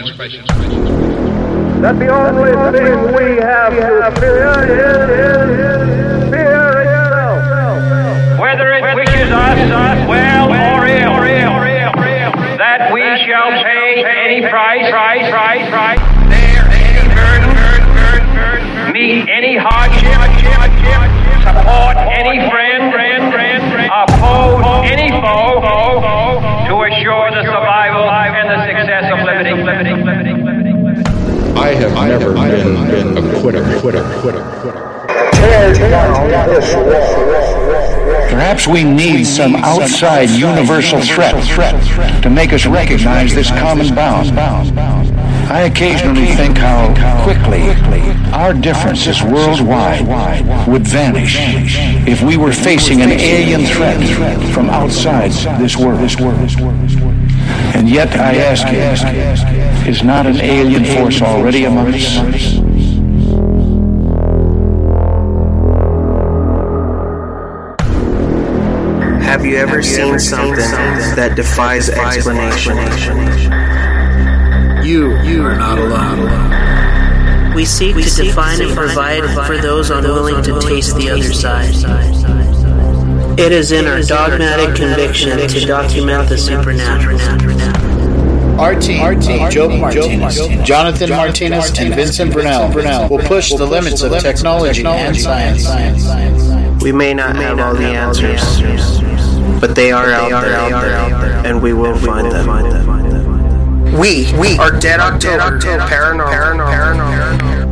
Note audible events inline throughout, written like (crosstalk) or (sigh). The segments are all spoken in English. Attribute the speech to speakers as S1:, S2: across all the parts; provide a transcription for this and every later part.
S1: expression.
S2: That the only thing we have to fear is, is fear itself.
S3: Whether it wishes us well or ill, or ill, or ill, or ill, that we shall pay any price, price, price, price, bear any burden, burden, burden, burden, meet any hardship, support any friend, friend, friend, friend, oppose any foe, foe, foe, to assure the survival and the success of liberty, liberty, liberty, liberty, liberty.
S4: I have never been, been a quitter, quitter, quitter, quitter.
S2: Tear down this wall.
S5: Perhaps we need some outside universal threat to make us recognize this common bound. I occasionally think how quickly our differences worldwide would vanish if we were facing an alien threat from outside this world. And yet, I ask you, is not an alien force already among us?
S6: Have you ever seen something that defies explanation?
S7: You, you are not allowed.
S8: We seek to define and provide for those unwilling to taste the other side. It is in our dogmatic conviction to document the supernatural.
S7: Our team, Joe Martinez, Jonathan Martinez, and Vincent Brunel, will push the limits of technology and science.
S6: We may not have all the answers, but they are out there, and we will find them. We, we are Dead October Paranormal.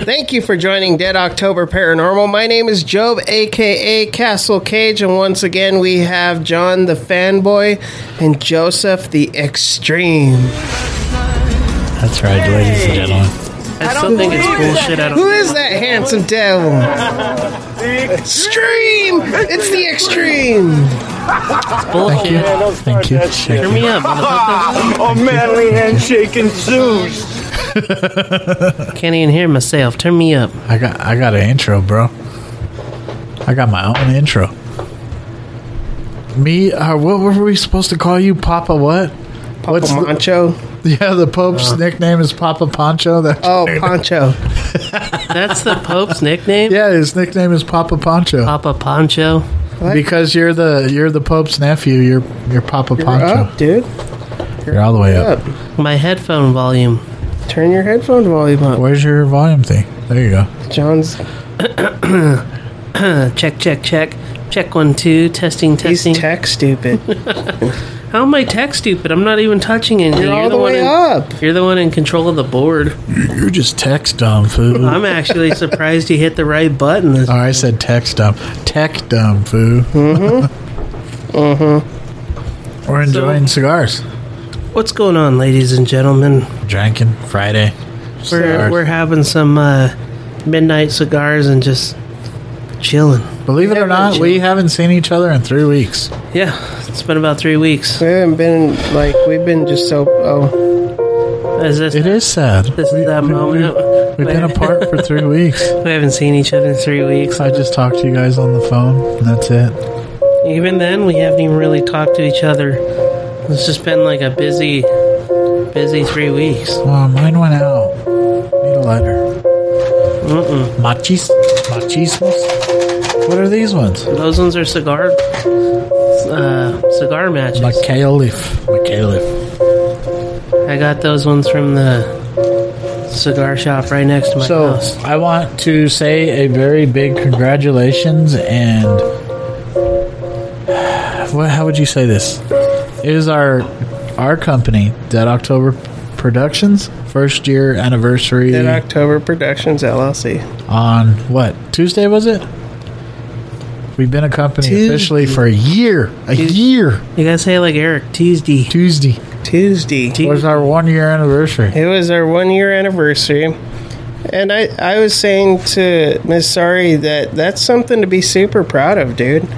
S9: Thank you for joining Dead October Paranormal. My name is Job, aka Castle Cage, and once again we have John the Fanboy and Joseph the Extreme.
S10: That's right, ladies and gentlemen.
S8: I still think it's bullshit. I
S9: Who
S8: don't.
S9: is that handsome devil? Extreme! It's the Extreme!
S10: Thank you. Thank you.
S8: Hear
S10: Thank you.
S8: me up.
S2: (laughs)
S8: motherfucker.
S2: Oh, manly handshake and Zeus.
S8: (laughs) Can't even hear myself. Turn me up.
S10: I got I got an intro, bro. I got my own intro. Me, uh, what were we supposed to call you, Papa? What?
S9: Papa
S10: What's the-
S9: Poncho.
S10: Yeah, the Pope's nickname is Papa Poncho. That's
S9: Oh,
S10: your nickname.
S9: Poncho.
S8: That's the Pope's nickname.
S10: yeah, his nickname is Papa Poncho
S8: Papa Poncho.
S10: because you're the you're the Pope's nephew. You're you're Papa Poncho.
S9: Up, dude.
S10: You're all the way up.
S9: Up.
S8: My headphone volume.
S9: Turn your headphone volume up.
S10: Where's your volume thing? There you go.
S9: John's
S8: Uh, check, check, check. Check one, two. Testing,
S9: he's
S8: testing.
S9: tech stupid.
S8: (laughs) How am I tech stupid? I'm not even touching anything.
S9: You're all the,
S8: one
S9: way
S8: in,
S9: up.
S8: You're the one in control of the board.
S10: You're just text dumb fool.
S9: (laughs)
S8: I'm actually surprised you hit the right button. This
S10: Or I said text dumb. Tech dumb foo. Mm-hmm. mm-hmm. We're enjoying cigars.
S8: What's going on, ladies and gentlemen?
S10: Drinking Friday.
S8: We're,
S10: Cigars.
S8: we're having some uh, midnight cigars and just chilling.
S10: Believe it or not, we haven't seen each other in three weeks.
S8: Yeah, it's been about three weeks.
S9: We haven't been like we've been just so oh
S8: Is this,
S10: It is sad.
S8: This is that moment.
S10: We've been apart for
S8: (laughs)
S10: three weeks.
S8: We haven't seen each other in three weeks.
S10: I just talked to you guys on the phone, and that's it.
S8: Even then, we haven't even really talked to each other. It's just been like a busy, busy three weeks.
S10: Wow, mine went out. Need a lighter. Machis? Machismos? What are these ones?
S8: Those ones are cigar, uh, cigar matches.
S10: Macauliffe. Macauliffe.
S8: I got those ones from the cigar shop right next to my
S10: So
S8: house.
S10: I want to say a very big congratulations and (sighs) what, how would you say this? It is our our company Dead October Productions first year anniversary
S9: Dead October Productions LLC.
S10: on what Tuesday was it? We've been a company officially for a year, a year.
S8: You gotta say it like Eric Tuesday.
S10: Tuesday
S9: Tuesday.
S10: was our one year anniversary.
S9: It was our one year anniversary. And I, I was saying to Miss Sari that that's something to be super proud of, dude.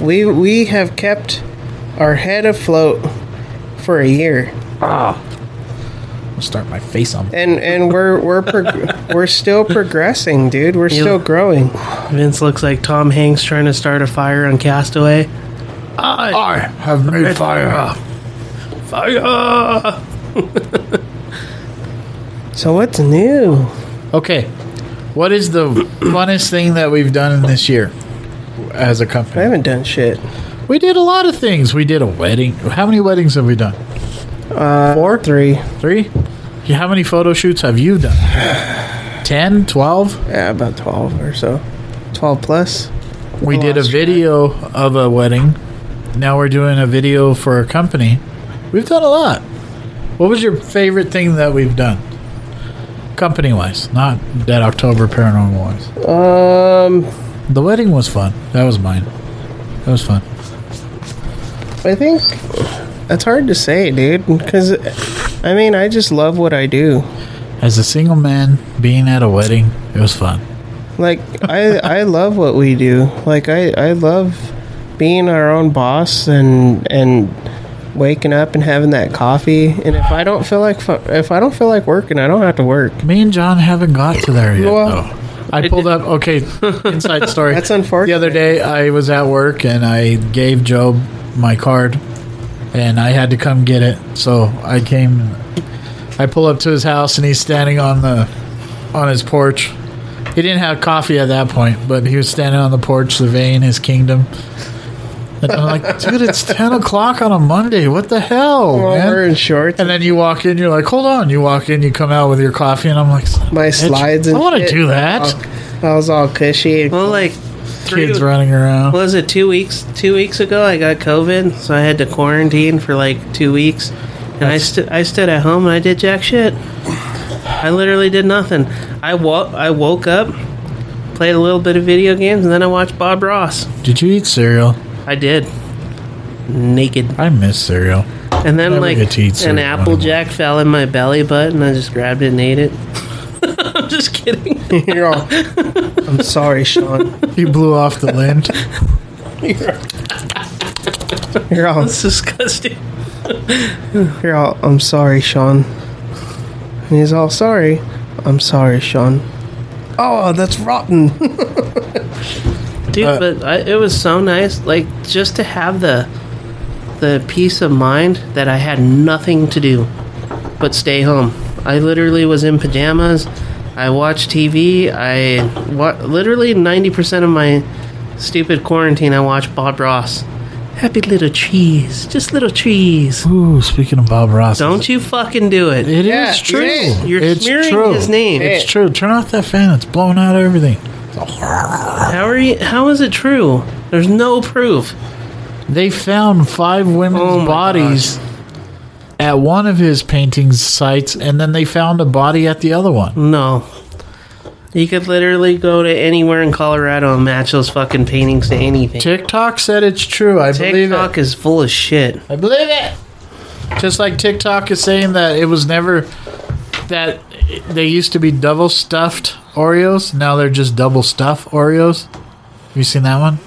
S9: We we have kept our head afloat for a year.
S10: I'll start my face on.
S9: and and we're we're prog- we're still progressing, dude. We're still growing.
S8: Vince looks like Tom Hanks trying to start a fire on Castaway.
S10: I have made fire.
S8: Fire!
S9: (laughs) So what's new?
S10: Okay, what is the funnest thing that we've done in this year as a
S9: I
S10: company?
S9: haven't done shit.
S10: We did a lot of things. We did a wedding. How many weddings have we done?
S9: Four, Uh, three,
S10: Three? Yeah, How many photo shoots have you done? (sighs) 10, 12?
S9: yeah, about twelve or so, twelve plus.
S10: We did a
S9: Lost
S10: video of a wedding. Now we're doing a video for a company. We've done a lot. What was your favorite thing that we've done? Company wise, not that October paranormal wise.
S9: Um,
S10: The wedding was fun. That was mine. That was fun.
S9: I think that's hard to say, dude. Because I mean, I just love what I do.
S10: As a single man being at a wedding, it was fun.
S9: Like I I love what we do. Like I I love being our own boss and and waking up and having that coffee. And if I don't feel like fu- if I don't feel like working, I don't have to work.
S10: Me and John haven't got to there yet.
S9: Well-
S10: though. I pulled up. Okay,
S9: (laughs)
S10: inside story.
S9: That's unfortunate.
S10: The other day, I was at work and I gave Job my card, and I had to come get it. So I came. I pull up to his house and he's standing on the on his porch. He didn't have coffee at that point, but he was standing on the porch surveying his kingdom. And I'm like, (laughs) dude, it's ten o'clock on a Monday. What the hell,
S9: Well,
S10: man?
S9: we're in shorts.
S10: And then you walk in, you're like, hold on. You walk in, you come out with your coffee, and I'm like, son of
S9: My
S10: a bitch,
S9: slides and
S10: I want to
S9: shit. Oh.
S10: do that.
S9: I was all cushy.
S8: Well, like,
S10: Kids
S8: three-
S10: running around.
S8: was it two weeks? Two weeks ago, I got COVID, so I had to quarantine for like two weeks, and I stood I stood at home and I did jack shit. I literally did nothing. I wo- I woke up, played a little bit of video games, and then I watched Bob Ross.
S10: Did you eat cereal?
S8: I did. Naked.
S10: I miss cereal.
S8: And then
S10: Never
S8: like
S10: get to eat
S8: an
S10: cereal
S8: applejack fell in my belly button. I just grabbed it and ate it. (laughs) I'm just kidding.
S9: (laughs) You're all, I'm sorry, Sean.
S10: You blew off the lid.
S9: You're all,
S8: It's disgusting.
S9: you're all, I'm sorry, Sean. And he's all sorry. I'm sorry, Sean. Oh, that's rotten.
S8: dude but I, it was so nice like just to have the the peace of mind that i had nothing to do but stay home i literally was in pajamas i watched tv i wa- literally 90% of my stupid quarantine i watched bob ross happy little trees just little trees
S10: Ooh, speaking of Bob Ross.
S8: don't you fucking do it
S10: It is
S9: Yeah, it
S10: true.
S9: is.
S8: You're
S10: it's
S8: smearing
S10: true.
S8: his name.
S10: It's true. Turn off that fan. It's blowing out everything.
S8: how are you how is it true there's no proof
S10: They found five women's
S8: Oh my
S10: bodies at one of his painting sites, and then they found a body at the other one.
S8: No. You could literally go to anywhere in Colorado and match those fucking paintings to anything.
S10: TikTok said it's true. I believe it.
S8: TikTok is full of shit.
S10: I believe it. Just like TikTok is saying that it was never that they used to be double stuffed Oreos. Now they're just double stuff Oreos. Have you seen that one?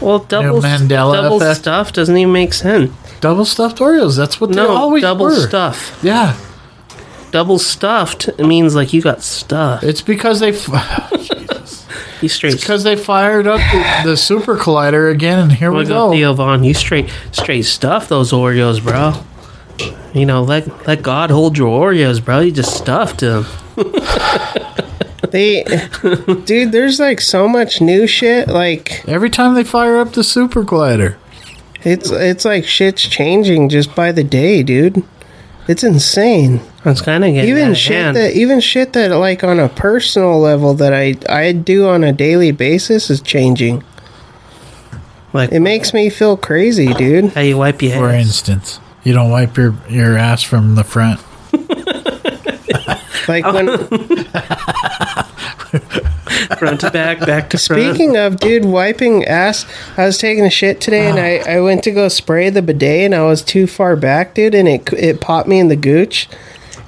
S8: Well, double
S10: Mandela
S8: double
S10: effect.
S8: stuff doesn't even make sense.
S10: Double stuffed Oreos. That's what they
S8: No,
S10: always
S8: double
S10: were.
S8: stuff.
S10: Yeah,
S8: Double stuffed means like you got stuff.
S10: it's because they
S8: You straight.
S10: (sighs) because they fired up the, the super collider again, and here we
S8: Look up
S10: go.
S8: Theo Vaughn. You straight straight stuff those Oreos, bro. You know, let let God hold your Oreos, bro. You just stuffed them. (laughs)
S9: They, dude, there's like so much new shit. Like
S10: Every time they fire up the super collider,
S9: it's it's like shit's changing just by the day, dude. It's insane.
S8: That's kind of getting out
S9: Even
S8: of
S9: shit
S8: hand.
S9: that even shit that like on a personal level that I I do on a daily basis is changing.
S8: like
S9: It makes me feel crazy, dude.
S8: how you wipe your
S10: for
S8: hands.
S10: instance, you don't wipe your your ass from the front.
S9: Like when
S8: Oh. (laughs) front to back, back to front.
S9: Speaking of dude wiping ass, I was taking a shit today and I, I went to go spray the bidet and I was too far back, dude, and it it popped me in the gooch.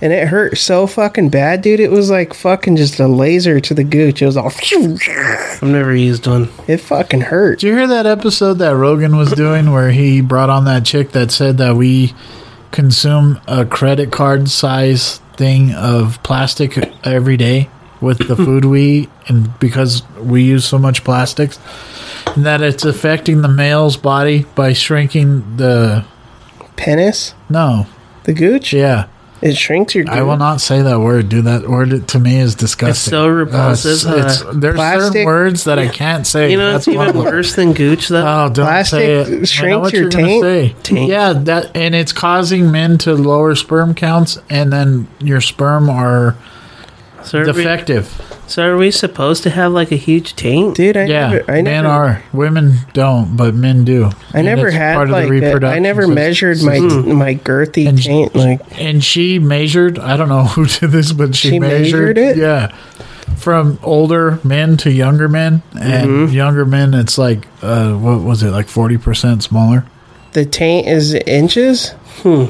S9: And it hurt so fucking bad, dude. It was like fucking just a laser to the gooch. It was all
S8: I've never used one.
S9: it fucking hurt.
S10: Did you hear that episode that Rogan was doing where he brought on that chick that said that we consume a credit card size thing of plastic every day with the food we eat, and because we use so much plastics, and that it's affecting the male's body by shrinking the
S9: Penis?
S10: no,
S9: The gooch?
S10: yeah.
S9: It shrinks your gooch.
S10: I will not say that word, dude. That word to me is disgusting.
S8: so repulsive,
S10: Uh, it's,
S8: uh,
S10: it's, there's certain
S9: plastic-
S10: words that I can't say.
S8: You know, it's
S10: That's one
S8: even
S10: of them.
S8: worse than Gooch, though.
S10: Oh, don't
S9: Plastic
S10: say it. I know
S9: shrinks
S10: what
S9: your
S10: you're gonna
S9: taint.
S10: say. Yeah, that and it's causing men to lower sperm counts, and then your sperm are
S8: so, are we,
S10: defective.
S8: so are we supposed to have like a huge taint?
S9: Dude, I
S10: yeah,
S9: never, I
S10: men
S9: never,
S10: are. Women don't, but men do.
S9: I never had like a, I never measured my
S8: Hmm. Mm-hmm.
S9: my girthy
S10: And-
S9: taint like
S10: And she measured. I don't know (laughs) who did this, but she,
S9: She
S10: measured,
S9: measured it?
S10: Yeah, from older men to younger men, and younger men, it's like uh, what was it? Like forty percent smaller.
S9: the taint is inches. Hmm.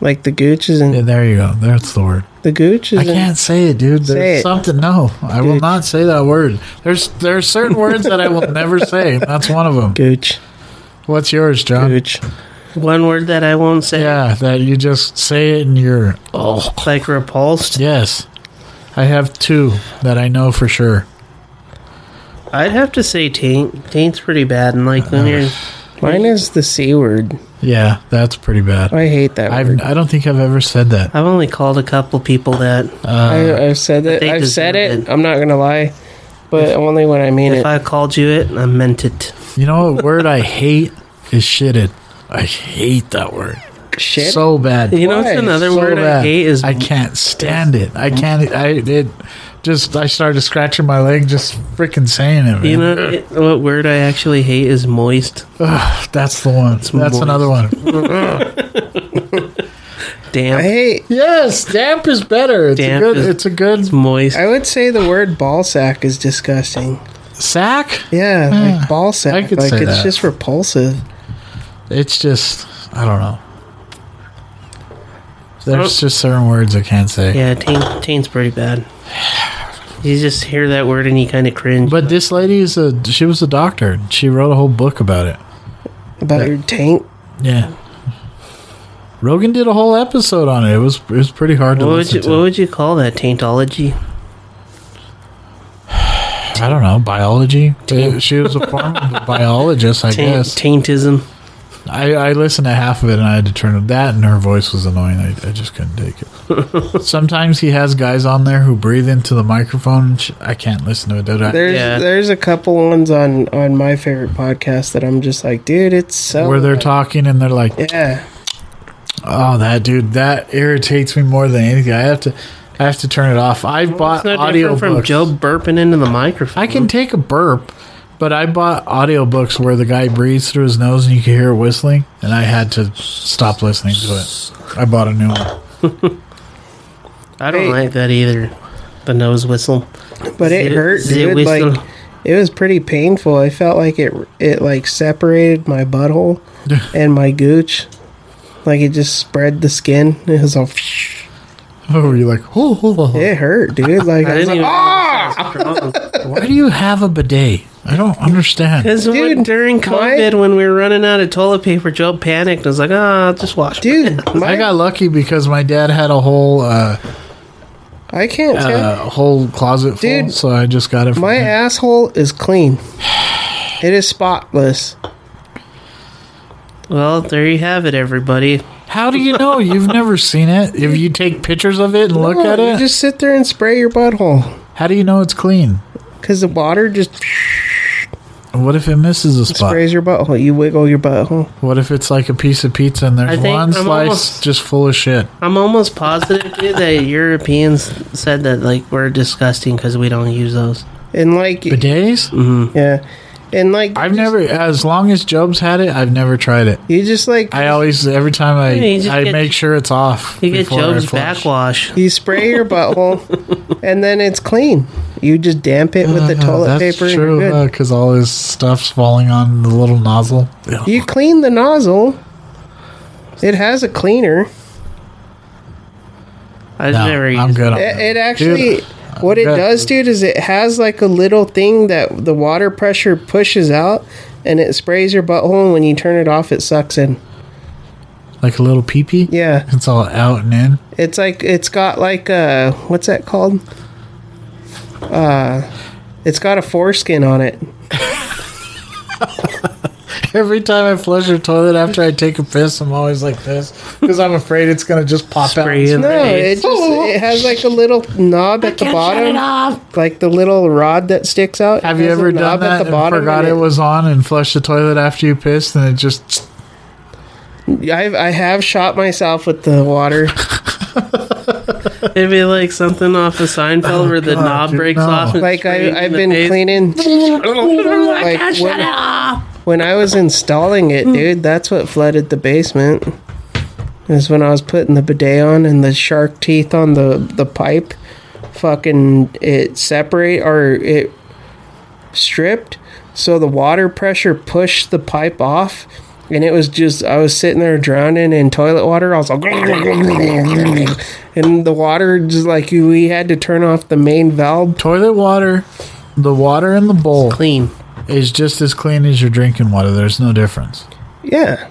S9: Like the gooch is in
S10: Yeah, there you go. That's the word.
S9: the gooch is
S10: I
S9: in
S10: can't say it, dude. There's
S9: Say it.
S10: something. No, I will not say that word. There's there are certain words that I will never say. That's one of them.
S9: gooch.
S10: What's yours, John?
S9: Gooch.
S8: One word that I won't say.
S10: Yeah, that you just say it and you're.
S8: Oh, like repulsed.
S10: Yes, I have two that I know for sure.
S8: I'd have to say taint. Taint's pretty bad, and like when
S10: Uh-huh.
S8: you're
S9: Mine is the c word.
S10: Yeah, that's pretty bad.
S9: I hate that
S10: I've
S9: word.
S10: I don't think I've ever said that. Uh,
S8: I've only called a couple people that.
S9: I, I've said that.
S8: they
S9: I've said
S8: deserve
S9: it.
S8: it.
S9: I'm not gonna lie, but only when I mean
S8: If
S9: it.
S8: I called you it, I meant it.
S10: You know what word I hate is shitted. I hate that word
S9: Shit.
S10: so bad.
S8: You know, it's
S9: Why?
S8: another
S10: So
S8: word I
S10: bad.
S8: hate is
S10: I can't stand it. I can't. I it just I started scratching my leg just freaking saying it. Man.
S8: You know it, what word I actually hate is moist.
S10: that's the one. That's
S8: moist.
S10: another one.
S9: I
S8: Damp,
S9: hate.
S10: (laughs) yes, damp is better. It's
S8: Damp
S10: a good.
S8: is-
S10: it's a good
S8: moist.
S9: I would say the word ball sack is disgusting.
S10: sack.
S9: Yeah,
S10: Yeah,
S9: like ball sack.
S10: Hmm. I could
S9: like
S10: say
S9: it's
S10: that.
S9: just repulsive.
S10: It's just I don't know. There's
S8: Oh.
S10: just certain words I can't say.
S8: Yeah, taint, taint's pretty bad. You just hear that word and you kind of cringe.
S10: But this lady is a. She was a doctor. She wrote a whole book about it.
S9: About your taint.
S10: Yeah. Rogan did a whole episode on it. It was it was pretty hard to
S8: what would
S10: listen
S8: you
S10: to.
S8: what would you call that? Taintology.
S10: I don't know biology. She was a form of biologist, I
S8: Taint,
S10: guess.
S8: taintism.
S10: I, I listened to half of it and I had to turn it. That and her voice was annoying. I, I just couldn't take
S9: (laughs)
S10: it. Sometimes he has guys on there who breathe into the microphone. And sh- I can't listen to it. Dude. I,
S9: There's
S8: Yeah.
S9: there's a couple ones on on my favorite podcast that I'm just like, dude, it's so.
S10: where they're talking and they're like,
S9: yeah,
S10: "Oh, that dude, that irritates me more than anything." I have to, I have to turn it off. I
S8: It's
S10: bought
S8: no
S10: audio
S8: different from Joe burping into the microphone.
S10: I can take a burp, but I bought audiobooks where the guy breathes through his nose and you can hear it whistling, and I had to stop listening to it. I bought a new one. (laughs)
S8: I don't like that either. The nose whistle.
S9: but it
S8: Zit-
S9: hurt,
S8: zit
S9: dude.
S8: whistle.
S9: Like it was pretty painful. I felt like it it like separated my butthole and my gooch, like it just spread the skin. It was all.
S10: Oh, you're like, oh, oh, oh.
S9: It hurt, dude. Like
S8: I
S9: I was like,
S8: didn't even.
S9: "Ah!" (laughs)
S8: (laughs)
S10: why do you have a bidet? I don't understand.
S8: Because when-
S9: Dude,
S8: during
S9: my-
S8: COVID, when we were running out of toilet paper, Joe panicked and was like, ah, just wash.
S9: dude. My,
S10: I
S9: I,
S10: got lucky because my dad had a whole uh,
S9: can't. tell.
S10: uh, whole closet full,
S9: Dude,
S10: so I just got it. From
S9: my
S8: Mm-hmm.
S10: him.
S9: asshole is clean. It is spotless.
S8: Well, there you have it, everybody.
S10: How do you know? You've never seen it. If you take pictures of it and look
S9: No,
S10: at
S9: you
S10: it,
S9: Just sit there and spray your butthole
S10: how do you know it's clean?
S9: because the water just
S10: What if it misses a spot?
S9: sprays your butthole. You wiggle your butthole.
S10: What if it's like a piece of pizza and
S8: I
S10: there's
S8: think
S10: one
S8: I'm
S10: slice
S8: almost-
S10: just full of shit?
S8: I'm almost positive dude, that Europeans said that like we're disgusting because we don't use those.
S9: And like,
S10: Bidets?
S8: Mm-hmm.
S9: yeah, and like,
S10: I've never, as long as Job's had it, I've never tried it.
S9: you just like
S10: I always, every time I,
S8: Yeah, you just
S10: I
S8: get-
S10: make sure it's off.
S8: You get
S10: before I
S8: Job's
S10: flush.
S8: backwash.
S9: you spray your butthole, and then it's clean. You just damp it with the
S10: Uh,
S9: toilet
S10: that's
S9: paper. and you're good.
S10: true, because all his stuff's falling on the little nozzle. Ugh.
S9: you clean the nozzle. It has a cleaner.
S8: I've
S10: No,
S8: never used.
S10: I'm good. on
S9: It,
S10: that.
S9: it actually,
S10: Dude,
S9: what it
S10: that-
S9: does, dude, is it has like a little thing that the water pressure pushes out, and it sprays your butthole. And when you turn it off, it sucks in.
S10: like a little peepee.
S9: Yeah.
S10: it's all out and in.
S9: It's like it's got like uh what's that called? Uh it's got a foreskin on it.
S10: (laughs) Every time I flush your toilet after I take a piss, I'm always like this because I'm afraid it's gonna just pop
S8: Spray
S10: out.
S8: in
S9: No,
S8: the
S9: it
S8: face.
S9: just
S10: (laughs)
S9: it has like a little knob at the bottom. Like the little rod that sticks out.
S10: Have
S9: It
S10: you
S9: has a
S10: ever done
S9: knob
S10: that and forgot
S9: and
S10: it was on and flushed the toilet after you pissed and it just
S9: I've, I have shot myself with the water. (laughs)
S8: It'd be like something off of Seinfeld where the
S10: Oh, God,
S8: knob
S10: dude,
S8: breaks
S10: no.
S8: off. And
S9: Like
S8: straight in
S9: I, I've
S8: the
S9: been
S8: face.
S9: cleaning. (laughs) like when, when I was installing it, dude, that's what flooded the basement. Is when I was putting the bidet on and the shark teeth on the the pipe, fucking it separate or it stripped, so the water pressure pushed the pipe off. And it was just I was sitting there drowning in toilet water. I was like, and the water just like we had to turn off the main valve.
S10: toilet water. The water in the bowl
S8: Clean.
S10: is just as clean as your drinking water. There's no difference.
S9: Yeah,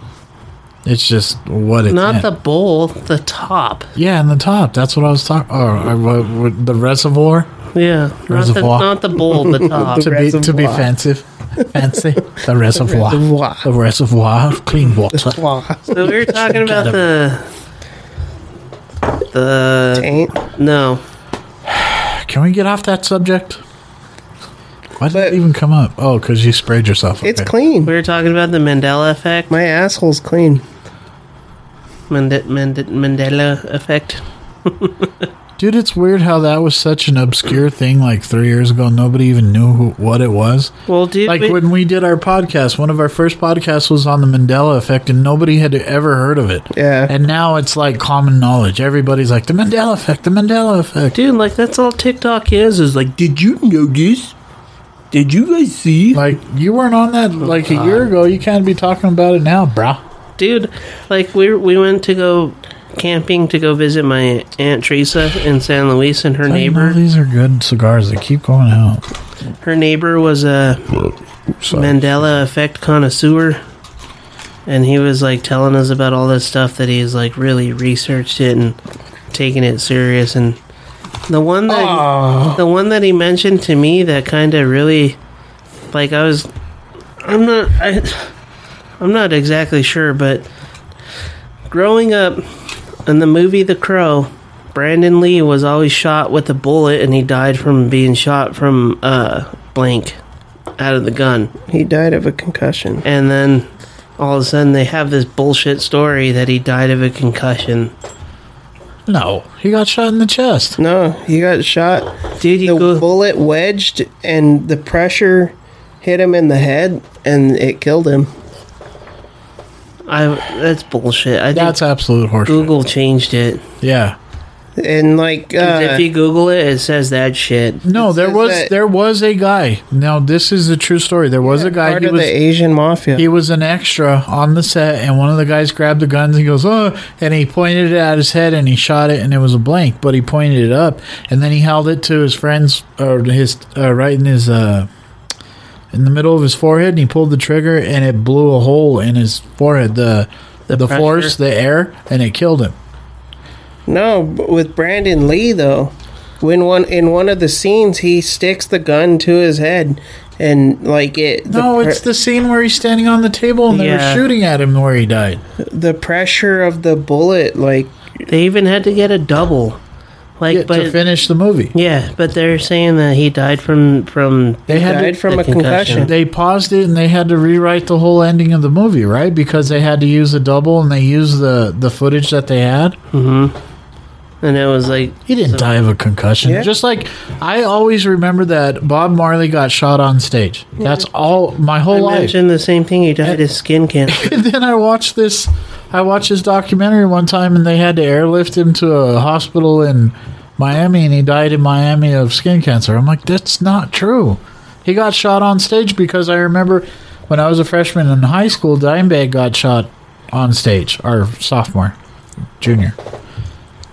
S10: It's just what it's
S8: Not
S10: in.
S8: the bowl, the top.
S10: yeah, and the top. That's what I was talking. Or I, what, what, the reservoir.
S8: Yeah. Not the,
S10: Reservoir.
S8: not the bowl,
S10: (laughs)
S8: the top.
S10: to be to be
S9: reservoir.
S10: fancy,
S9: (laughs)
S10: fancy the reservoir,
S9: Reservoir.
S10: the reservoir of clean water.
S9: wow,
S8: so we were talking about
S10: Got
S8: the. The.
S9: ain't.
S8: No.
S10: Can we get off that subject? Why did
S9: But-
S10: it even come up? Oh, because you sprayed yourself.
S9: It's
S10: Okay.
S9: clean.
S8: We were talking about the Mandela effect.
S9: My asshole's clean.
S8: Mande- Mande- Mandela effect.
S10: dude. It's weird how that was such an obscure thing like three years ago. Nobody even knew who, what it was.
S8: Well, dude,
S10: Like
S8: we-
S10: when we did our podcast, one of our first podcasts was on the Mandela effect, and nobody had ever heard of it.
S9: Yeah.
S10: And now it's like common knowledge. Everybody's like the Mandela effect, the Mandela effect.
S8: dude, like that's all TikTok is. Is like, did you know this? Did you guys see?
S10: Like you weren't on that like a year ago. You can't be talking about it now, brah.
S8: dude like we we went to go camping to go visit my aunt teresa in san luis and her
S10: Hey, Oh, you know,
S8: neighbor
S10: these are good cigars. They keep going out.
S8: her neighbor was a
S10: Sorry.
S8: mandela effect connoisseur and he was like telling us about all this stuff that he's like really researched it and taking it serious and the one that the one that he mentioned to me that kind of really like i was i'm not I, i'm not exactly sure but growing up in the movie the crow brandon lee was always shot with a bullet and he died from being shot from uh blank out of the gun
S9: He died of a concussion.
S8: and then all of a sudden they have this bullshit story that he died of a concussion
S10: No, he got shot in the chest.
S9: No, he got shot.
S8: dude
S9: The
S8: you go
S9: bullet wedged and the pressure hit him in the head and it killed him.
S8: I that's bullshit. I think
S10: That's absolute horseshit.
S8: Google changed it.
S10: Yeah.
S9: And like,
S8: 'Cause
S9: uh,
S8: if you Google it, it says that shit.
S10: No, there
S9: says
S10: was
S9: that-
S10: there was a guy. Now this is the true story. There was a guy.
S9: part
S10: He
S9: of
S10: was
S9: the Asian mafia.
S10: he was an extra on the set, and one of the guys grabbed the guns. and goes, "Oh!" and he pointed it at his head, and he shot it, and it was a blank. But he pointed it up, and then he held it to his friends, or his uh, right in his uh, in the middle of his forehead, and he pulled the trigger, and it blew a hole in his forehead. The the,
S8: pressure?
S10: force, the air, and it killed him.
S9: no, but with Brandon Lee though, when one in one of the scenes he sticks the gun to his head and like it. The
S10: No,
S9: pre-
S10: it's the scene where he's standing on the table, and they
S8: Yeah.
S10: were shooting at him where he died.
S9: the pressure of the bullet. Like
S8: They even had to get a double, like
S10: Yeah, to
S8: but
S10: finish the movie.
S8: yeah, but they're saying that he died from from
S10: They had
S9: died
S10: to,
S9: from
S8: the
S9: a concussion.
S10: they paused it and they had to rewrite the whole ending of the movie, right? Because they had to use a double and they used the the footage that they had.
S8: and it was like
S10: He didn't die of a concussion. Just like I always remember that Bob Marley got shot on stage. That's all my
S8: I
S10: whole life.
S8: mentioned the same thing. He died of skin cancer.
S10: (laughs) And then I watched this. I watched this documentary one time, and they had to airlift him to a hospital in Miami, and he died in Miami of skin cancer. I'm like, that's not true. He got shot on stage because I remember when I was a freshman in high school, Dimebag got shot on stage, or sophomore, junior.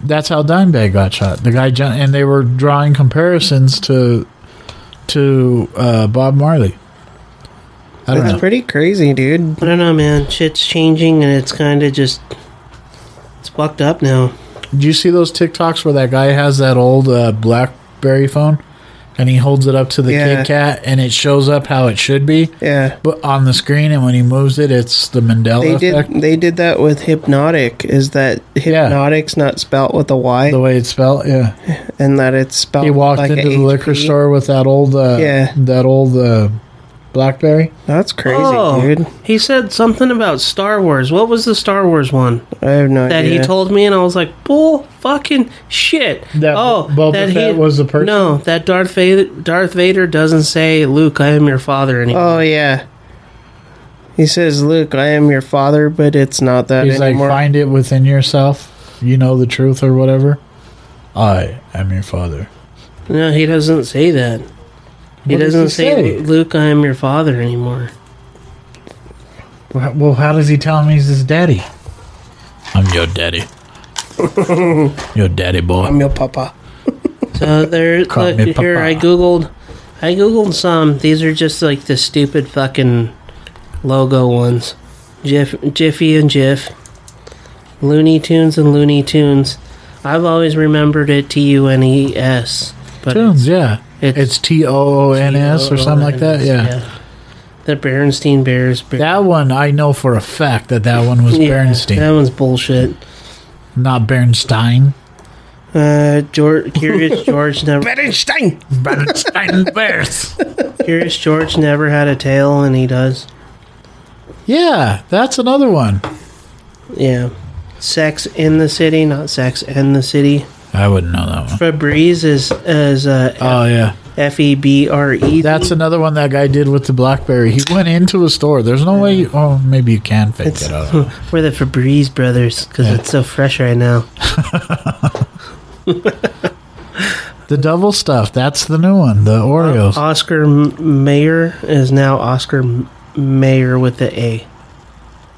S10: That's how Dimebag got shot. The guy, ju- and they were drawing comparisons to to uh, Bob Marley. I don't
S9: that's
S10: know.
S9: pretty crazy, dude.
S8: I don't know, man. Shit's changing, and it's kind of just It's fucked up now.
S10: Did you see those TikToks where that guy has that old uh, BlackBerry phone, and he holds it up to the
S9: Yeah.
S10: Kit Kat, and it shows up how it should be,
S9: Yeah.
S10: but on the screen, and when he moves it, it's the Mandela
S9: They
S10: effect,
S9: did they did that with hypnotic. Is that
S10: Yeah.
S9: hypnotic's not spelt with a Y
S10: the way it's spelled. Yeah,
S9: and that it's spelled
S10: he walked
S9: like a
S10: into the liquor
S9: HP?
S10: store with that old, uh,
S9: Yeah.
S10: that old uh, BlackBerry.
S9: That's crazy,
S8: oh,
S9: dude.
S8: he said something about Star Wars. What was the Star Wars one
S9: I have no
S8: that
S9: idea.
S8: he told me? And I was like, bull fucking shit.
S10: That
S8: oh,
S10: Boba
S8: that
S10: Fett was the person?
S8: No, that Darth Vader, Darth Vader doesn't say, Luke, I am your father anymore.
S9: Oh yeah. He says, "Luke, I am your father, but it's not that
S10: He's
S9: anymore."
S10: like, find it within yourself. You know the truth or whatever. I am your father.
S8: No, he doesn't say that. He
S10: What does
S8: doesn't
S10: he
S8: say,
S10: say?
S8: Luke, I am your father anymore.
S10: Wh- Well, how does he tell him he's his daddy? I'm your (laughs) daddy. your daddy boy.
S9: I'm your papa.
S8: So there,
S10: (laughs) Call
S8: look,
S10: me
S8: here
S10: papa.
S8: I googled, I googled some. These are just like the stupid fucking logo ones. Jiff, Jiffy and Jiff, Looney Tunes and Looney Tunes. I've always remembered it T U N E S, but
S10: Tunes, yeah.
S8: it's-
S10: It's T O O N E S or something like that. Yeah.
S8: The Berenstein Bears. Ber-
S10: That one I know for a fact that that one was
S8: Yeah,
S10: Bernstein,
S8: That one's bullshit.
S10: not Bernstein.
S8: Uh, George, Curious George never.
S9: Bernstein.
S10: (laughs) Bernstein Bears.
S8: Curious George never had a tail, and he does.
S10: Yeah, that's another one.
S8: Yeah. Sex in the City, not Sex and the City.
S10: I wouldn't know that one.
S8: Febreze is is uh,
S10: Oh yeah.
S8: F E B R E.
S10: That's another one that guy did with the BlackBerry. He went into a store. There's no way. You, oh, maybe you can fake
S8: It's-
S10: it. I don't know.
S8: We're the Febreze brothers because
S10: Yeah.
S8: it's so fresh right now.
S10: The double stuff. That's the new one. The Oreos.
S8: Oscar M- Mayer is now Oscar M- Mayer with the A.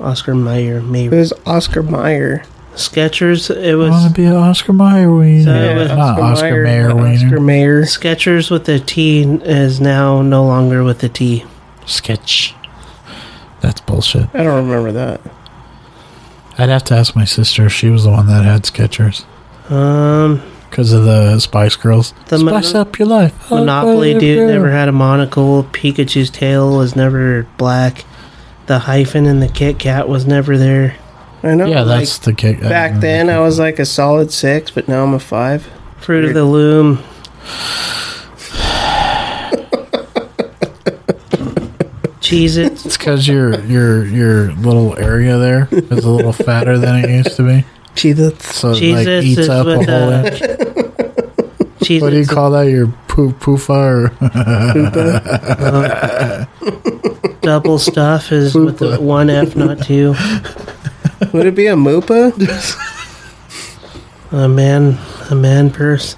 S8: Oscar Mayer,
S9: It
S8: Mayer.
S9: was Oscar Meyer.
S8: Skechers. It
S10: I want
S8: was
S10: to be an Oscar Mayer wiener.
S8: So it was
S10: not Oscar, Mayer,
S9: not
S10: wiener.
S9: Oscar Mayer.
S8: Skechers with the T is now no longer with the T.
S10: Sketch. That's bullshit.
S9: I don't remember that.
S10: I'd have to ask my sister if she was the one that had Skechers
S8: Um,
S10: because of the Spice Girls.
S8: The
S10: Spice
S8: mono-
S10: up your life.
S9: Oh,
S8: Monopoly dude never had a monocle. Pikachu's tail was never black. The hyphen in the Kit Kat was never there.
S9: I know.
S10: Yeah,
S9: like,
S10: that's the kick.
S9: back then. I was like a solid six, but now I'm a five.
S8: Fruit of
S9: (laughs)
S8: the Loom. Cheez It.
S10: It's because your your your little area there is a little fatter than it used to be,
S9: Cheez-Its.
S10: so it like
S8: Jesus
S10: eats
S8: is
S10: up a
S8: with
S10: whole
S8: the-
S10: inch. What do you call that? Your poo poofa or
S8: double stuff is with the one F, not two.
S9: (laughs) Would it be a Moopa?
S8: A man, a man purse.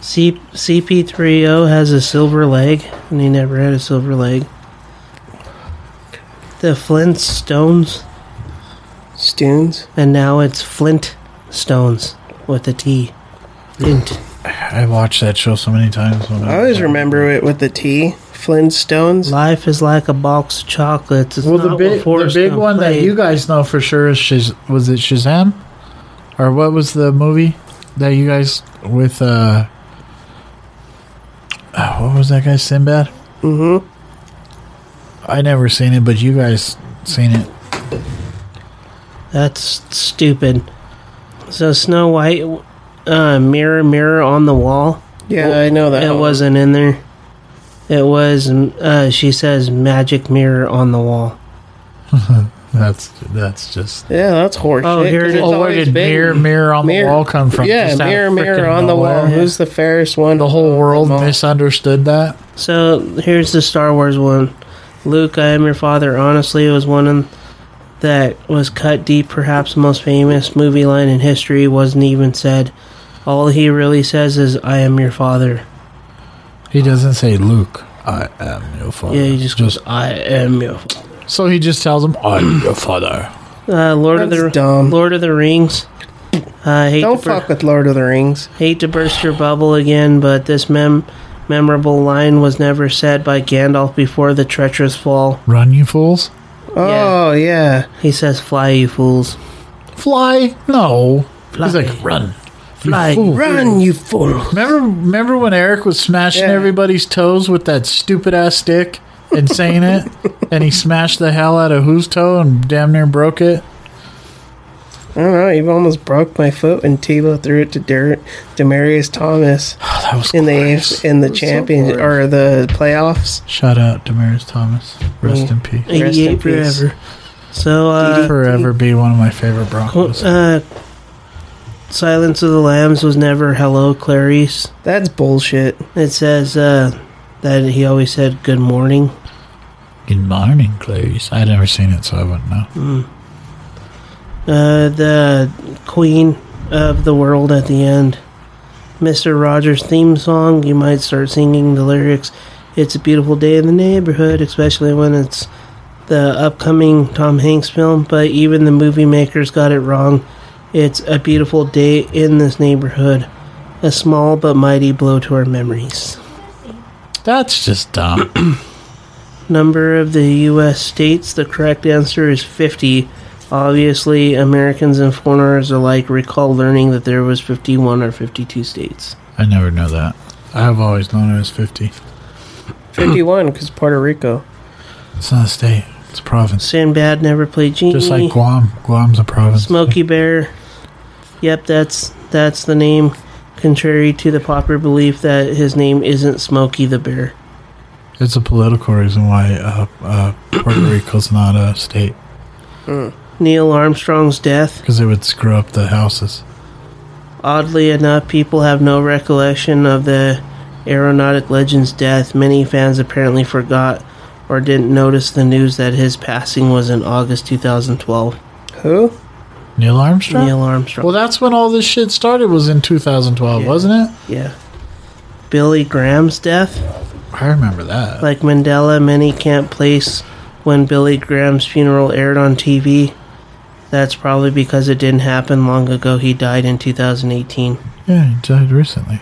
S8: C- CP3O has a silver leg, and he never had a silver leg. The Flintstones,
S9: Stoons.
S8: and now it's Flintstones with a T. Flint.
S10: I watched that show so many times. When
S9: I always remember it with the T. Flintstones.
S8: Life is like a box of chocolates. It's
S10: Well, the
S8: not
S10: big,
S8: what
S10: the
S8: Forrest
S10: big
S8: Gump
S10: one that
S8: played.
S10: you guys know for sure is Shaz- was it Shazam, or what was the movie that you guys with? uh uh, What was that guy Sinbad? Mm-hmm. I never seen it, but you guys seen it.
S8: That's stupid. So Snow White, uh, mirror, mirror on the wall.
S9: Yeah, I know that.
S8: it
S9: one.
S8: wasn't in there. It was. Uh, she says magic mirror on the wall.
S10: That's that's just.
S9: Yeah, that's horseshit.
S8: Oh, here it
S9: 'cause
S8: is.
S9: it's
S10: Oh, where
S9: always
S10: did
S9: been-
S10: mirror mirror on
S9: Mirror-
S10: the wall come from?
S9: Yeah,
S10: Just out of
S9: mirror, mirror
S10: frickin'
S9: on the wall.
S10: nowhere?
S9: Who's the fairest one?
S10: The
S8: Uh,
S10: whole world
S9: Mall.
S10: misunderstood that.
S8: So here's the Star Wars one. Luke, I am your father. Honestly, it was one in- that was cut deep. Perhaps the most famous movie line in history wasn't even said. All he really says is, "I am your father."
S10: He doesn't say Luke. I am your father.
S8: Yeah, he just goes, "I am your." Father.
S10: So he just tells him, "I'm
S8: (clears throat)
S10: your father."
S8: Uh, Lord of the
S9: That's dumb.
S8: Lord of the Rings. I hate
S9: Don't
S8: to bur-
S9: fuck with Lord of the Rings.
S8: hate to burst your bubble again, but this mem memorable line was never said by Gandalf before the treacherous fall.
S10: Run, you fools!
S9: Oh yeah,
S8: He says, "Fly, you fools."
S10: Fly? No. He's like, run.
S8: Fly,
S10: fool.
S8: run, you fool.
S10: Remember, remember when Eric was smashing
S9: Yeah.
S10: everybody's toes with that stupid ass stick and saying it, and he smashed the hell out of whose toe and damn near broke it. (sighs)
S9: I don't know. He Uh-huh, almost broke my foot when Tebow threw it to Der- Demarius Thomas
S10: That was
S9: in
S10: glorious.
S9: the in the champion or the playoffs.
S10: Shout out Damaris Thomas. Rest in peace.
S9: Rest in
S8: Yeah,
S9: peace.
S8: forever. So, uh,
S10: Forever be one of my favorite Broncos.
S8: uh, Silence of the Lambs was never Hello Clarice.
S9: That's bullshit.
S8: It says uh, that he always said good morning.
S10: Good morning, Clarice. I'd never seen it, so I wouldn't know.
S8: Uh, the Queen of the World at the end. Mr. Rogers' theme song, you might start singing the lyrics. It's a beautiful day in the neighborhood, especially when it's the upcoming Tom Hanks film, but even the movie makers got it wrong. It's a beautiful day in this neighborhood. A small but mighty blow to our memories.
S10: That's
S8: (clears throat)
S10: just dumb.
S8: Number of the U.S. states, the correct answer is 50. Obviously, Americans and foreigners alike recall learning that there was 51 or
S9: (clears throat)
S8: 52 states.
S10: I never know that. I've always known it was 50.
S9: Fifty one because Puerto Rico.
S10: It's not a state. It's a province.
S8: Sinbad never played genie.
S10: Just like Guam. Guam's a province.
S8: Smokey Bear. Yep, that's that's the name. Contrary to the popular belief that his name isn't Smokey the Bear.
S10: It's a political reason why uh, uh, Puerto Rico's not a state
S8: Neil Armstrong's death.
S10: because it would screw up the houses.
S8: Oddly enough, people have no recollection of the aeronautic legend's death. Many fans apparently forgot or didn't notice the news that his passing was in August 2012.
S9: Who?
S10: Neil Armstrong.
S8: Neil Armstrong.
S10: Well, that's when all this shit started. Was in 2012, wasn't it?
S8: yeah. Billy Graham's death.
S10: I remember that.
S8: Like Mandela, many can't place when Billy Graham's funeral aired on TV. That's probably because it didn't happen long ago. He died in 2018.
S10: Yeah, he died recently.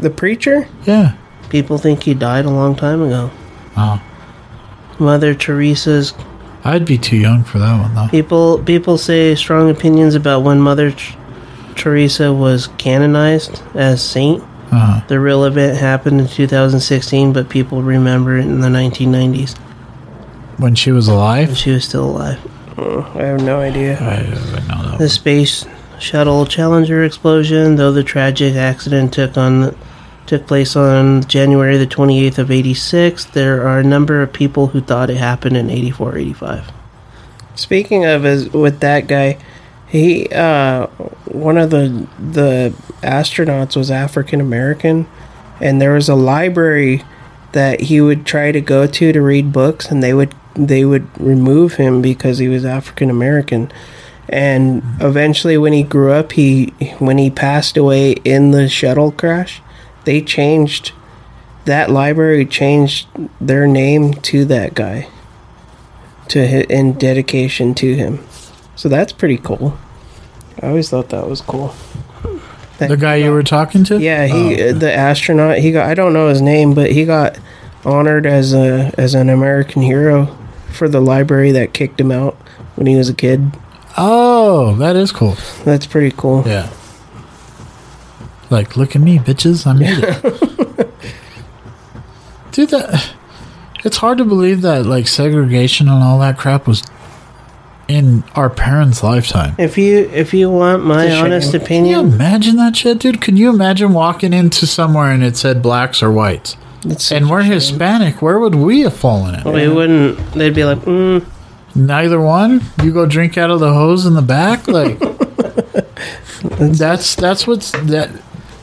S9: The preacher?
S10: Yeah.
S8: People think he died a long time ago.
S10: Oh,
S8: Mother Teresa's
S10: I'd be too young for that one though.
S8: People people say strong opinions about when Mother Th- Teresa was canonized as saint.
S10: Uh-huh.
S8: The real event happened in 2016, but people remember it in the 1990s
S10: When she was
S8: when
S10: alive,
S8: she was still alive.
S9: Oh, I have no idea.
S10: I would know that.
S8: The space shuttle Challenger explosion, though the tragic accident took on took place on January the 28th of 86, there are a number of people who thought it happened in 84, 85.
S9: Speaking of is with that guy, he uh one of the the astronauts was African American and there was a library that he would try to go to to read books and they would they would remove him because he was African American. And eventually when he grew up he when he passed away in the shuttle crash, they changed that library changed their name to that guy to hi in dedication to him. So that's pretty cool. I always thought that was cool.
S10: The guy you were talking to?
S9: Yeah, he
S10: Oh.
S9: uh, the astronaut. He got I don't know his name, but he got honored as a as an American hero for the library that kicked him out when he was a kid.
S10: Oh, that is cool.
S9: That's pretty cool.
S10: Yeah. Like, look at me,
S9: (laughs)
S10: bitches. I made it. Dude, that. It's hard to believe that, like, segregation and all that crap was in our parents' lifetime.
S8: If you if you want my
S9: It's a shame.
S8: honest
S10: Can you
S8: opinion,
S10: imagine that shit, dude? Can you imagine walking into somewhere and it said blacks or whites?
S9: It's-
S10: And we're Hispanic. Where would we have fallen in?
S8: we wouldn't. They'd be like, mm,
S10: Neither one. You go drink out of the hose in the back, like that's that's what's that,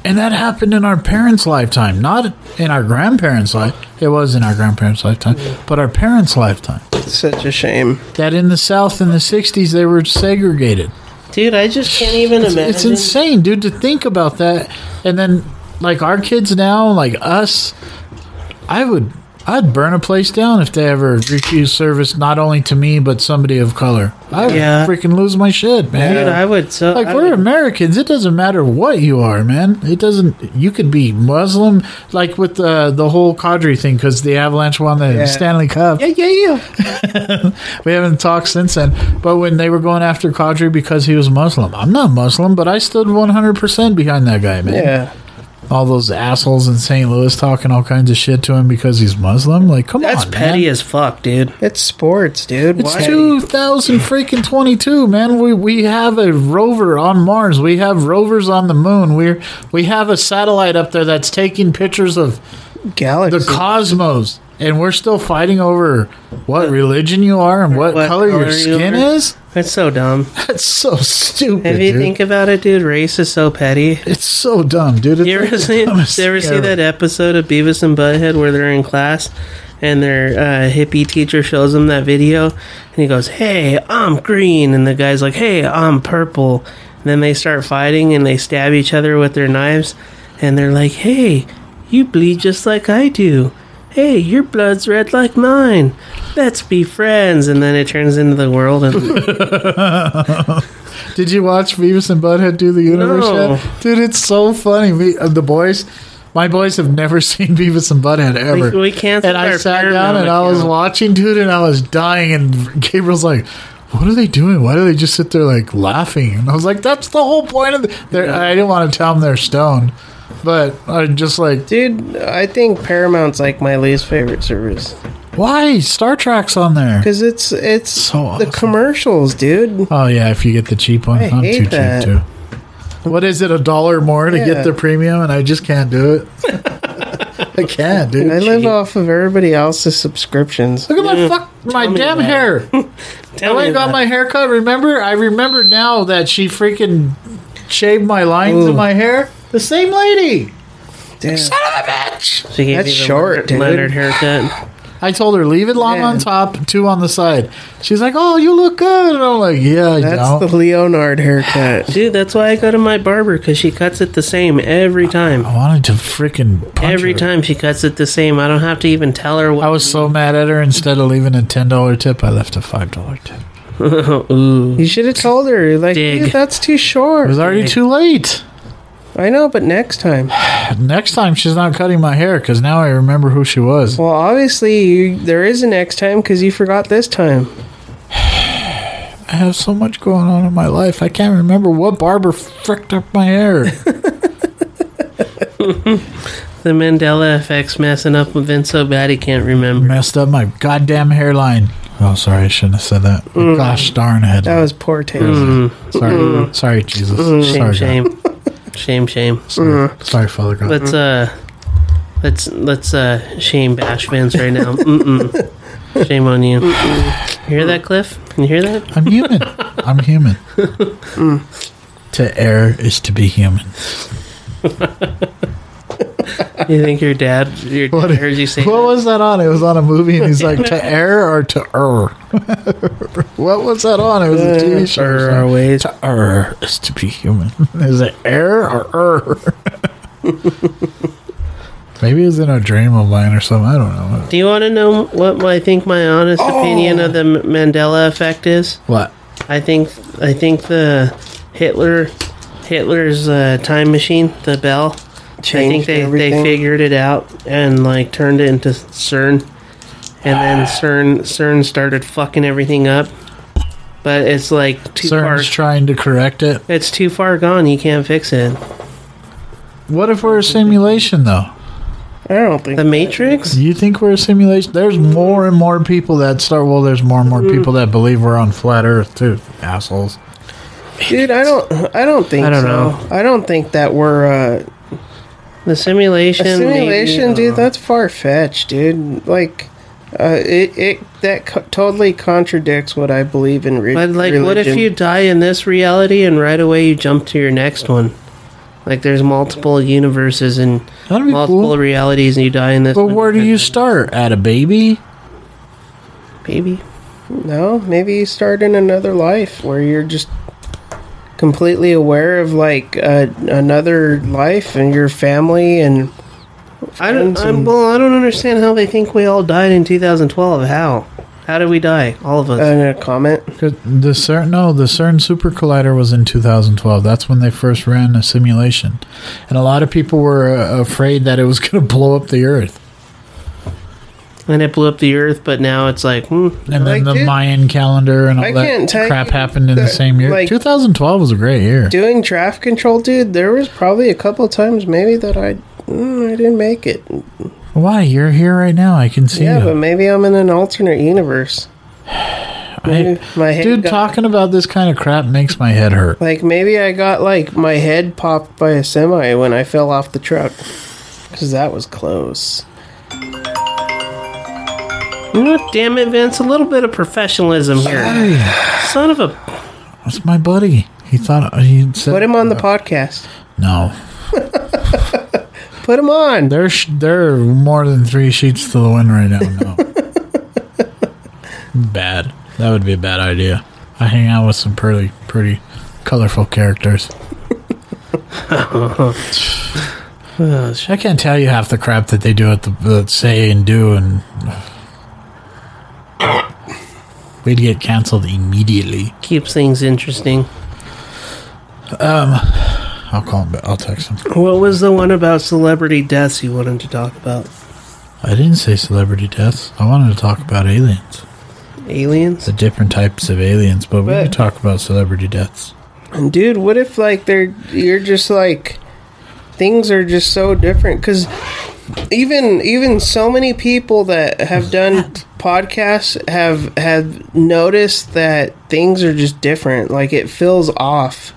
S10: and that happened in our parents' lifetime, not in our grandparents' life. It was in our grandparents' lifetime, but our parents' lifetime.
S9: such a shame.
S10: That in the South in the '60s they were segregated.
S8: Dude, I just can't even imagine.
S10: It's insane, dude, to think about that. And then like our kids now, like us, I would I'd burn a place down if they ever refuse service, not only to me but somebody of color. I'd
S8: Yeah.
S10: freaking lose my shit, man.
S8: Dude, I would so.
S10: Like
S8: I
S10: we're
S8: would-
S10: Americans, it doesn't matter what you are, man. It doesn't. You could be Muslim, like with the the whole Cadre thing, because the Avalanche won the Stanley Cup.
S8: Yeah, yeah, yeah.
S10: (laughs) We haven't talked since then. But when they were going after Kadri because he was Muslim, I'm not Muslim, but I stood 100% behind that guy, man.
S9: Yeah.
S10: All those assholes in St. Louis talking all kinds of shit to him because he's Muslim. Like, come
S8: That's
S10: on,
S8: petty
S10: man.
S8: as fuck, dude.
S9: It's sports, dude.
S10: It's
S9: Why-
S10: 2000 freaking 22, man. We we have a rover on Mars. We have rovers on the moon. We're we have a satellite up there that's taking pictures of
S9: Galaxy.
S10: the cosmos, and we're still fighting over what religion you are and what,
S8: What
S10: color,
S8: color
S10: your
S8: you
S10: skin
S8: are.
S10: is. (laughs)
S8: That's so dumb.
S10: That's so stupid.
S8: If you
S10: dude.
S8: think about it, dude, race is so petty.
S10: it's so dumb, dude. It's
S8: You
S10: like (laughs)
S8: ever
S10: the
S8: see,
S10: dumbest
S8: you ever
S10: thing
S8: see that episode of Beavis and Butthead where they're in class and their uh, hippie teacher shows them that video and he goes, Hey, I'm green. And the guy's like, Hey, I'm purple. And then they start fighting and they stab each other with their knives and they're like, Hey, you bleed just like I do. Hey, your blood's red like mine. Let's be friends. And then it turns into the world and
S10: Did you watch Beavis and Butthead do the universe
S8: No.
S10: yet? Dude, it's so funny. Me, uh, the boys, my boys have never (laughs) seen Beavis and Butthead ever.
S8: we, we canceled
S10: and I
S8: our
S10: sat
S8: Paramount
S10: down and I was
S8: account.
S10: watching, dude, and I was dying. And Gabriel's like, "What are they doing? Why do they just sit there like laughing?" And I was like, "That's the whole point of." The, they're- I didn't want to tell them they're stoned, but I just
S9: (laughs)
S10: like,
S9: Dude, I think Paramount's like my least favorite service
S10: "Why Star Trek's on there?"
S9: because it's it's
S10: So
S9: the
S10: awesome.
S9: commercials, dude.
S10: Oh yeah, if you get the cheap one,
S9: I
S10: I am
S9: hate
S10: too
S9: that.
S10: cheap too. What is it? A dollar more to
S9: Yeah.
S10: get the premium, and I just can't do it.
S9: (laughs)
S10: I can't, dude.
S9: I live off of everybody else's subscriptions.
S10: Look at my fuck, my
S8: me
S10: damn
S8: about
S10: hair.
S8: (laughs) Tell
S10: I
S8: me
S10: ain't got
S8: about
S10: my haircut. Remember? I remember now that she freaking shaved my lines
S9: Ooh.
S10: in my hair. The same lady.
S9: Damn.
S8: So he gave
S9: That's
S8: you the
S9: short,
S8: Leonard,
S9: dude.
S8: Leonard haircut.
S10: I told her leave it long
S9: Yeah.
S10: on top, two on the side. She's like, "Oh, you look good," and I'm like, "Yeah, I
S9: That's
S10: don't."
S9: the Leonard haircut.
S8: Dude, that's why I go to my barber because she cuts it the same every time.
S10: I wanted to freaking punch
S8: Every
S10: her.
S8: time she cuts it the same. I don't have to even tell her
S10: I
S8: what.
S10: was so mad at her. Instead of leaving a ten dollar tip, I left a five dollar tip.
S8: (laughs) Ooh.
S9: You should have told her, like,
S8: Dig.
S9: dude, that's too
S10: It
S9: short.
S10: was already too late.
S9: I know, but next time.
S10: Next time, she's not cutting my hair because now I remember who she was.
S9: Well, obviously, you, there is a next time because you forgot this time.
S10: I have so much going on in my life. I can't remember what barber fricked up my
S9: (laughs)
S10: hair.
S8: The Mandela effect's messing up with Vince so bad he can't remember.
S10: Messed up my goddamn hairline. Oh, sorry, I shouldn't have said that. Gosh darn head.
S9: Mm. That was poor Mm. taste.
S10: sorry, sorry, Jesus.
S8: Mm. Shame,
S10: sorry, God.
S8: shame. shame, shame.
S10: Sorry.
S9: Mm.
S10: sorry, Father God.
S8: Let's, uh. Let's let's uh shame bash Vince right now. Mm-mm. Shame on you. You hear that, Cliff? You hear that?
S10: I'm human. I'm human. To err is to be human.
S8: You think your dad? Your dad
S10: What,
S8: heard you say?
S10: (laughs) what
S8: that?
S10: was that on? It was on a movie, and he's like, "To err or to err." (laughs) what was that on? It was a TV show. or
S8: Err
S10: something.
S8: our ways.
S10: To err is to be human. is it err or err? (laughs) Maybe it was in a dream of mine or something. I don't know.
S8: Do you want to know what I think my honest opinion of the M- Mandela effect is?
S10: What?
S8: I think I think the Hitler Hitler's uh, time machine, the bell. I think
S9: Changed
S8: they, they
S9: everything.
S8: figured it out and like turned it into CERN, and then CERN CERN started fucking everything up. But it's like too
S10: CERN's
S8: far.
S10: trying to correct it.
S8: it's too far gone. You can't fix it.
S10: What if we're a simulation, though?
S9: I don't think.
S8: The Matrix.
S10: Do you think we're a simulation? There's more and more people that start. Well, there's more and
S9: Mm.
S10: more people that believe we're on flat Earth too. Assholes.
S9: Dude, I don't. I don't think.
S8: I don't
S9: so.
S8: know.
S9: I don't think that we're uh,
S8: The simulation.
S9: a
S8: maybe,
S9: simulation,
S8: uh,
S9: dude. That's far fetched, dude. Like, uh, it it that co- totally contradicts what I believe in. Re-
S8: But like, what if
S9: religion.
S8: you die in this reality and right away you jump to your next one? Like, there's multiple universes and
S10: That'd be
S8: multiple
S10: cool.
S8: realities, and you die in this.
S10: But
S8: one.
S10: where do
S9: Mm-hmm.
S10: you start? At a baby?
S8: baby?
S9: No, maybe you start in another life where you're just completely aware of like uh, another life and your family and
S8: I don't.
S9: friends
S8: I'm,
S9: and-
S8: well, I don't understand how they think we all died in 2012. How? How did we die? All of us.
S9: and a comment.
S10: Could- The CERN, no, the CERN Super Collider was in 2012. That's when they first ran a simulation, and a lot of people were uh, afraid that it was (laughs) going to blow up the Earth.
S8: and it blew up the Earth, but now it's like, hmm,
S10: And
S9: Like,
S10: then the
S9: dude,
S10: Mayan calendar and all
S9: I can't tell
S10: that crap
S9: you
S10: happened in the
S9: that,
S10: same year.
S9: like-
S10: 2012 was a great year.
S9: Doing draft control, dude. There was probably a couple times maybe that I
S8: hmm,
S9: mm, I didn't make it.
S10: Why? You're here right now. I can see
S9: Yeah,
S10: you.
S9: but maybe I'm in an alternate universe.
S10: I-
S9: My head
S10: dude,
S9: got-
S10: talking about this kind of crap makes my head hurt.
S9: Like maybe I got like my head popped by a semi when I fell off the truck. Cause that was close.
S8: oh, damn it, Vince, a little bit of professionalism here.
S10: Hey,
S8: Son of a.
S10: that's my buddy. He thought he said.
S9: Put him on
S8: Uh,
S9: the podcast.
S10: No,
S9: Put him on.
S10: there, sh- there are more than three sheets to the wind right now. No, (laughs) bad. That would be a bad idea. I hang out with some pretty, pretty, colorful (laughs) characters. I can't tell you half the crap that they do at the that say and do, and we'd get canceled immediately.
S8: Keeps things interesting.
S10: I'll call him. but I'll text him.
S8: What was the one about celebrity deaths you wanted to talk about?
S10: I didn't say celebrity deaths. I wanted to talk about aliens,
S8: Aliens?
S10: the different types of aliens, but we
S9: But-
S10: could talk about celebrity deaths.
S9: And dude, what if like they're you're just like things are just so different cuz even even so many people that have done
S8: (laughs)
S9: podcasts have have noticed that things are just different like it feels off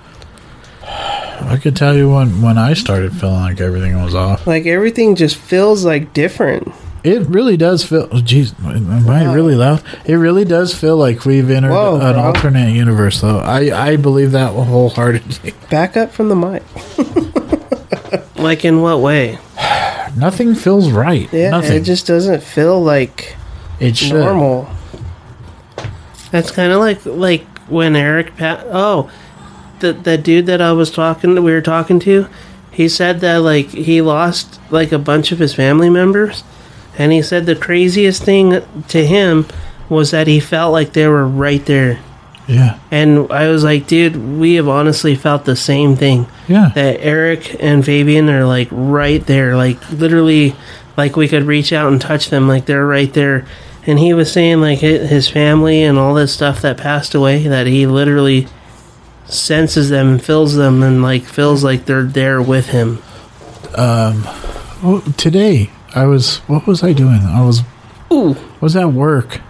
S10: I could tell you when when I started feeling like everything was off.
S9: like everything just feels like different
S10: It really does feel. oh, Jeez, am I really loud? It really does feel like we've entered
S9: Whoa,
S10: an
S9: bro.
S10: alternate universe, though. I I believe that wholeheartedly. (laughs)
S9: back up from the mic (laughs)
S8: Like, in what way?
S10: Nothing feels right.
S9: yeah
S10: Nothing.
S9: it just doesn't feel like
S10: it should.
S9: normal
S8: That's kind of like like when Eric Pat. Oh, the the dude that I was talking, we were talking to, he said that like he lost like a bunch of his family members, and he said the craziest thing to him was that he felt like they were right there.
S10: Yeah.
S8: And I was like, dude, we have honestly felt the same thing.
S10: Yeah.
S8: That Eric and Fabian are like right there, like literally, like we could reach out and touch them, like they're right there. And he was saying like hi- his family and all this stuff that passed away, that he literally senses them and feels them, and like feels like they're there with him.
S10: Well, today I was. What was I doing? I was.
S8: Ooh.
S10: Was at work.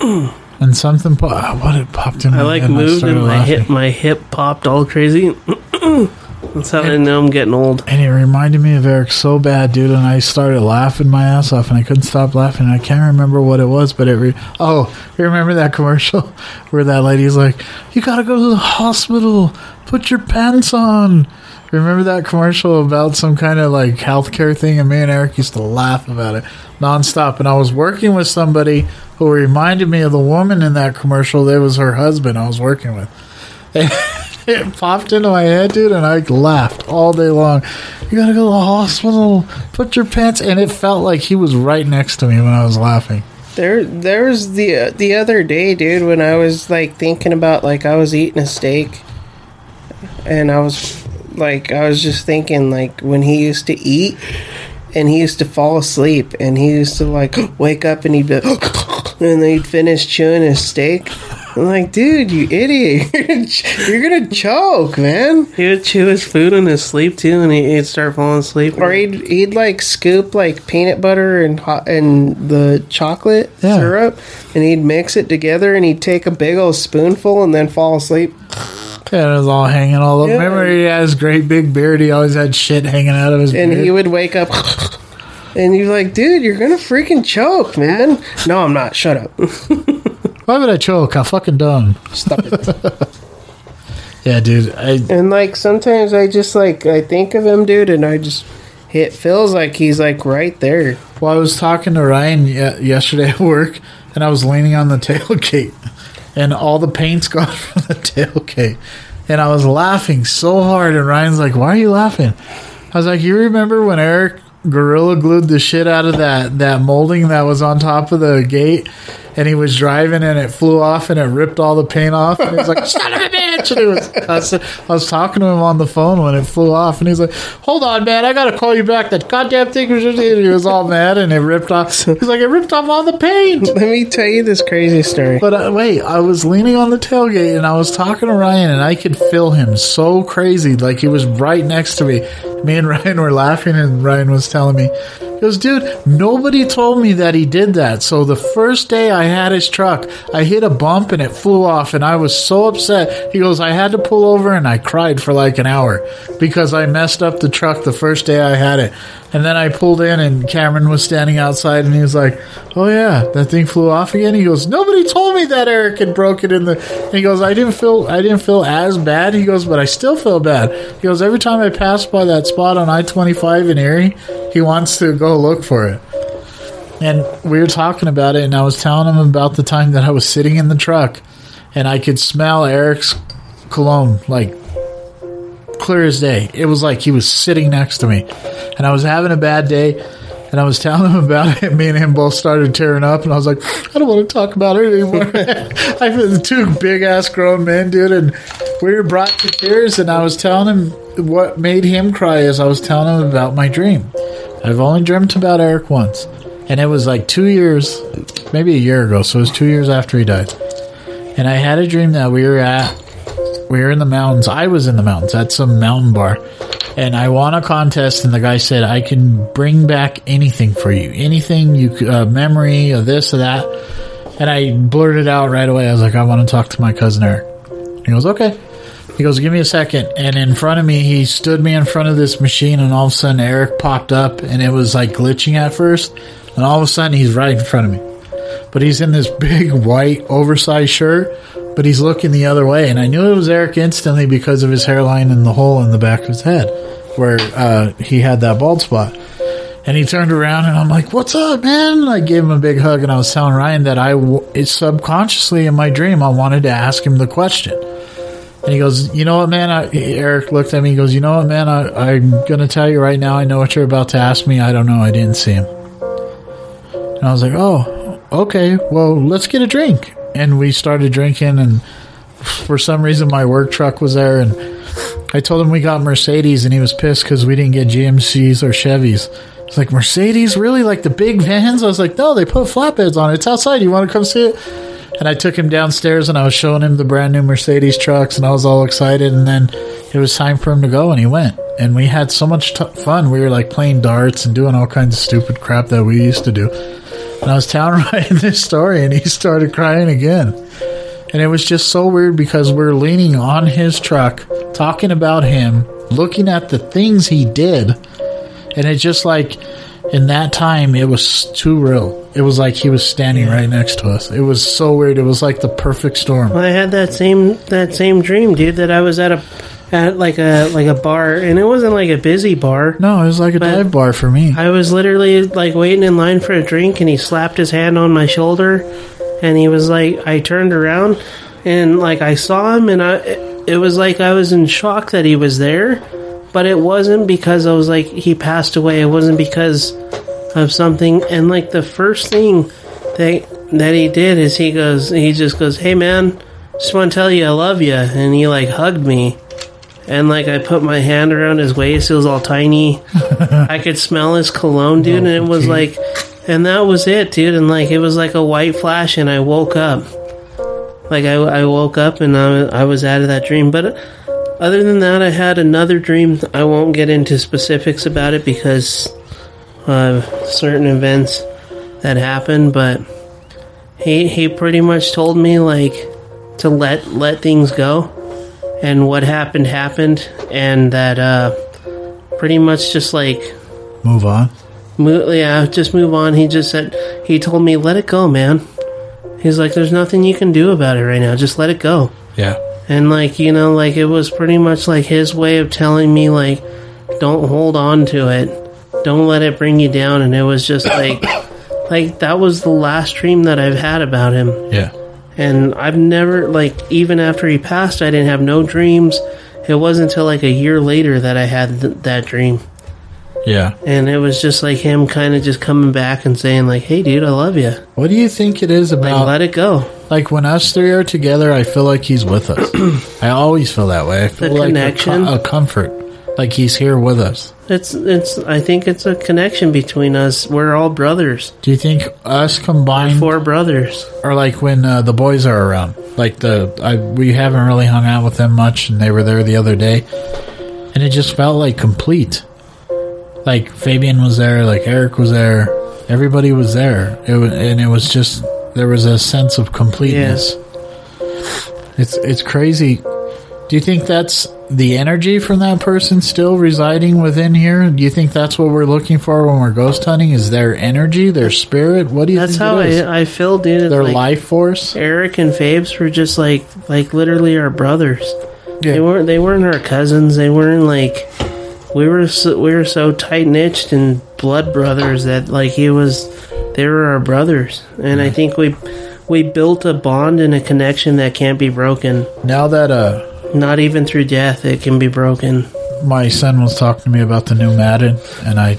S10: and something. Po- ah, what it popped in.
S8: I
S10: my
S8: like
S10: head and
S8: moved
S10: started
S8: and my
S10: laughing.
S8: hip, my hip popped all crazy. (clears throat) That's how I know I'm getting old.
S10: And it reminded me of Eric so bad, dude. And I started laughing my ass off, and I couldn't stop laughing. And I can't remember what it was, but it. Re- oh, you remember that commercial (laughs) where that lady's like, "You gotta go to the hospital. Put your pants on." Remember that commercial about some kind of like healthcare thing, and me and Eric used to laugh about it nonstop. And I was working with somebody who reminded me of the woman in that commercial. That was her husband I was working with it popped into my head, dude, and I laughed all day long. You gotta go to the hospital, put your pants, and it felt like he was right next to me when I was laughing.
S9: There, there was the uh, the other day, dude, when I was like thinking about like I was eating a steak, and I was like I was just thinking like when he used to eat, and he used to fall asleep, and he used to like (gasps) wake up and he'd be, (gasps) and then he'd finish chewing his steak. I'm like, dude, you idiot! (laughs) You're gonna, ch- you're gonna choke, man.
S8: He would chew his food in his sleep too, and he- he'd start falling asleep.
S9: Or he'd he'd like scoop like peanut butter and hot and the chocolate
S10: Yeah.
S9: syrup, and he'd mix it together, and he'd take a big old spoonful and then fall asleep.
S10: And it was all hanging all over.
S9: Yeah.
S10: Remember, he had his great big beard. He always had shit hanging out of his
S9: And
S10: beard.
S9: he would wake up, (laughs) and you're like, dude, you're gonna freaking choke, man. No, I'm not. Shut up.
S10: Why would I choke? I'm fucking dumb.
S9: Stop it.
S10: Yeah, dude. I,
S9: And like sometimes I just like I think of him, dude, and I just it feels like he's like right there.
S10: well, I was talking to Ryan ye- yesterday at work, and I was leaning on the (laughs) tailgate, and all the paint's (laughs) gone from the tailgate. And I was laughing so hard, and Ryan's like, Why are you laughing? I was like, You remember when Eric gorilla glued the shit out of that that molding that was on top of the gate, and he was driving and it flew off and it ripped all the paint off. And he was like, (laughs) "Son of a bitch!" And he was, I, was, I was talking to him on the phone when it flew off, and he's like, "Hold on, man, I gotta call you back." That goddamn thing was just. and He was all mad and it ripped off. He's like, "It ripped off all the paint."
S9: Let me tell you this crazy story.
S10: But uh, wait, I was leaning on the tailgate and I was talking to Ryan and I could feel him so crazy. Like he was right next to me. Me and (laughs) Ryan were laughing and Ryan was telling me, he goes, dude, nobody told me that he did that. So the first day I had his truck, I hit a bump and it flew off and I was so upset. He goes, I had to pull over and I cried for like an hour because I messed up the truck the first day I had it. And then I pulled in, and Cameron was standing outside, and he was like, "Oh yeah, that thing flew off again." He goes, "Nobody told me that Eric had broke it in the." And he goes, "I didn't feel, I didn't feel as bad." He goes, "But I still feel bad." He goes, "Every time I pass by that spot on I twenty five in Erie, he wants to go look for it." And we were talking about it, and I was telling him about the time that I was sitting in the truck, and I could smell Eric's cologne like clear as day. It was like he was sitting next to me. And I was having a bad day. And I was telling him about it. Me and him both started tearing up. And I was like, I don't want to talk about it anymore. (laughs) I was two big ass grown men, dude. And we were brought to tears. And I was telling him what made him cry is I was telling him about my dream. I've only dreamt about Eric once. And it was like two years, maybe a year ago. So it was two years after he died. And I had a dream that we were at we were in the mountains. I was in the mountains at some mountain bar, and I won a contest. And the guy said, "I can bring back anything for you, anything you c- uh, memory of this or that." And I blurted out right away. I was like, "I want to talk to my cousin Eric." He goes, "Okay." He goes, "Give me a second. And in front of me, he stood me in front of this machine, and all of a sudden, Eric popped up, and it was like glitching at first, and all of a sudden, he's right in front of me but he's in this big white oversized shirt, but he's looking the other way. And I knew it was Eric instantly because of his hairline and the hole in the back of his head where uh, he had that bald spot. And he turned around and I'm like, what's up, man? And I gave him a big hug and I was telling Ryan that I w- it's subconsciously in my dream, I wanted to ask him the question. And he goes, you know what, man? I, Eric looked at me. He goes, you know what, man? I, I'm going to tell you right now. I know what you're about to ask me. I don't know. I didn't see him. And I was like, oh, okay, well, let's get a drink. And we started drinking, and for some reason, my work truck was there. And I told him we got Mercedes, and he was pissed because we didn't get GMCs or Chevys. He's like, Mercedes? Really? Like the big vans? I was like, no, they put flatbeds on it. It's outside. You want to come see it? And I took him downstairs and I was showing him the brand new Mercedes trucks and I was all excited. And then it was time for him to go and he went. And we had so much t- fun. We were like playing darts and doing all kinds of stupid crap that we used to do. And I was telling Ryan (laughs) this story and he started crying again. And it was just so weird because we're leaning on his truck, talking about him, looking at the things he did. And it just like in that time, it was too real. It was like he was standing right next to us. It was so weird. It was like the perfect storm.
S8: I had that same that same dream, dude. That I was at a at like a like a bar, and it wasn't like a busy bar.
S10: No, it was like a dive bar for me.
S8: I was literally like waiting in line for a drink, and he slapped his hand on my shoulder, and he was like, I turned around, and like I saw him, and I it was like I was in shock that he was there, but it wasn't because I was like he passed away. It wasn't because of something, and like the first thing that that he did is he goes, he just goes, hey man. Just want to tell you I love you, and he like hugged me, and like I put my hand around his waist, it was all tiny. I could smell his cologne, dude, and it was like, and that was it, dude. And like it was like a white flash, and I woke up. Like I, I woke up and I, I was out of that dream. But other than that, I had another dream. I won't get into specifics about it because of certain events that happened. But he he pretty much told me like to let let things go and what happened happened and that uh pretty much just like
S10: Move on.
S8: mo- yeah just move on he just said he told me let it go man he's like there's nothing you can do about it right now just let it go
S10: Yeah.
S8: and like you know like it was pretty much like his way of telling me like don't hold on to it don't let it bring you down and it was just like (coughs) like that was the last dream that i've had about him
S10: Yeah.
S8: and I've never like even after he passed, I didn't have no dreams. It wasn't until like a year later that I had th- that dream,
S10: Yeah.
S11: and it was just like him kind of just coming back and saying like, "Hey, dude, I love you.
S10: What do you think it is
S11: Like,
S10: about?
S11: let it go."
S10: Like when us three are together, I feel like he's with us. I always feel that way. I feel like a,
S11: connection.
S10: co- a comfort, like he's here with us.
S11: It's it's. I think it's a connection between us. We're all brothers.
S10: Do you think us combined
S11: Four brothers.
S10: are like when uh, the boys are around? Like the I, we haven't really hung out with them much, and they were there the other day, and it just felt like complete. Like Fabian was there, like Eric was there, everybody was there. It was, and it was just there was a sense of completeness. It's it's crazy. Do you think that's the energy from that person still residing within here? Do you think that's what we're looking for when we're ghost hunting? Is their energy, their spirit? What do you
S11: That's
S10: think
S11: how
S10: it is?
S11: I I feel, dude. It's
S10: their
S11: like
S10: life force?
S11: Eric and Fabes were just like like literally our brothers.
S10: Yeah.
S11: They weren't. They weren't our cousins. They weren't like. We were so, we were so tight knitched and blood brothers that like he was, they were our brothers, and I think we we built a bond and a connection that can't be broken.
S10: Now that uh,
S11: Not even through death, it can be broken.
S10: my son was talking to me about the new Madden, and I,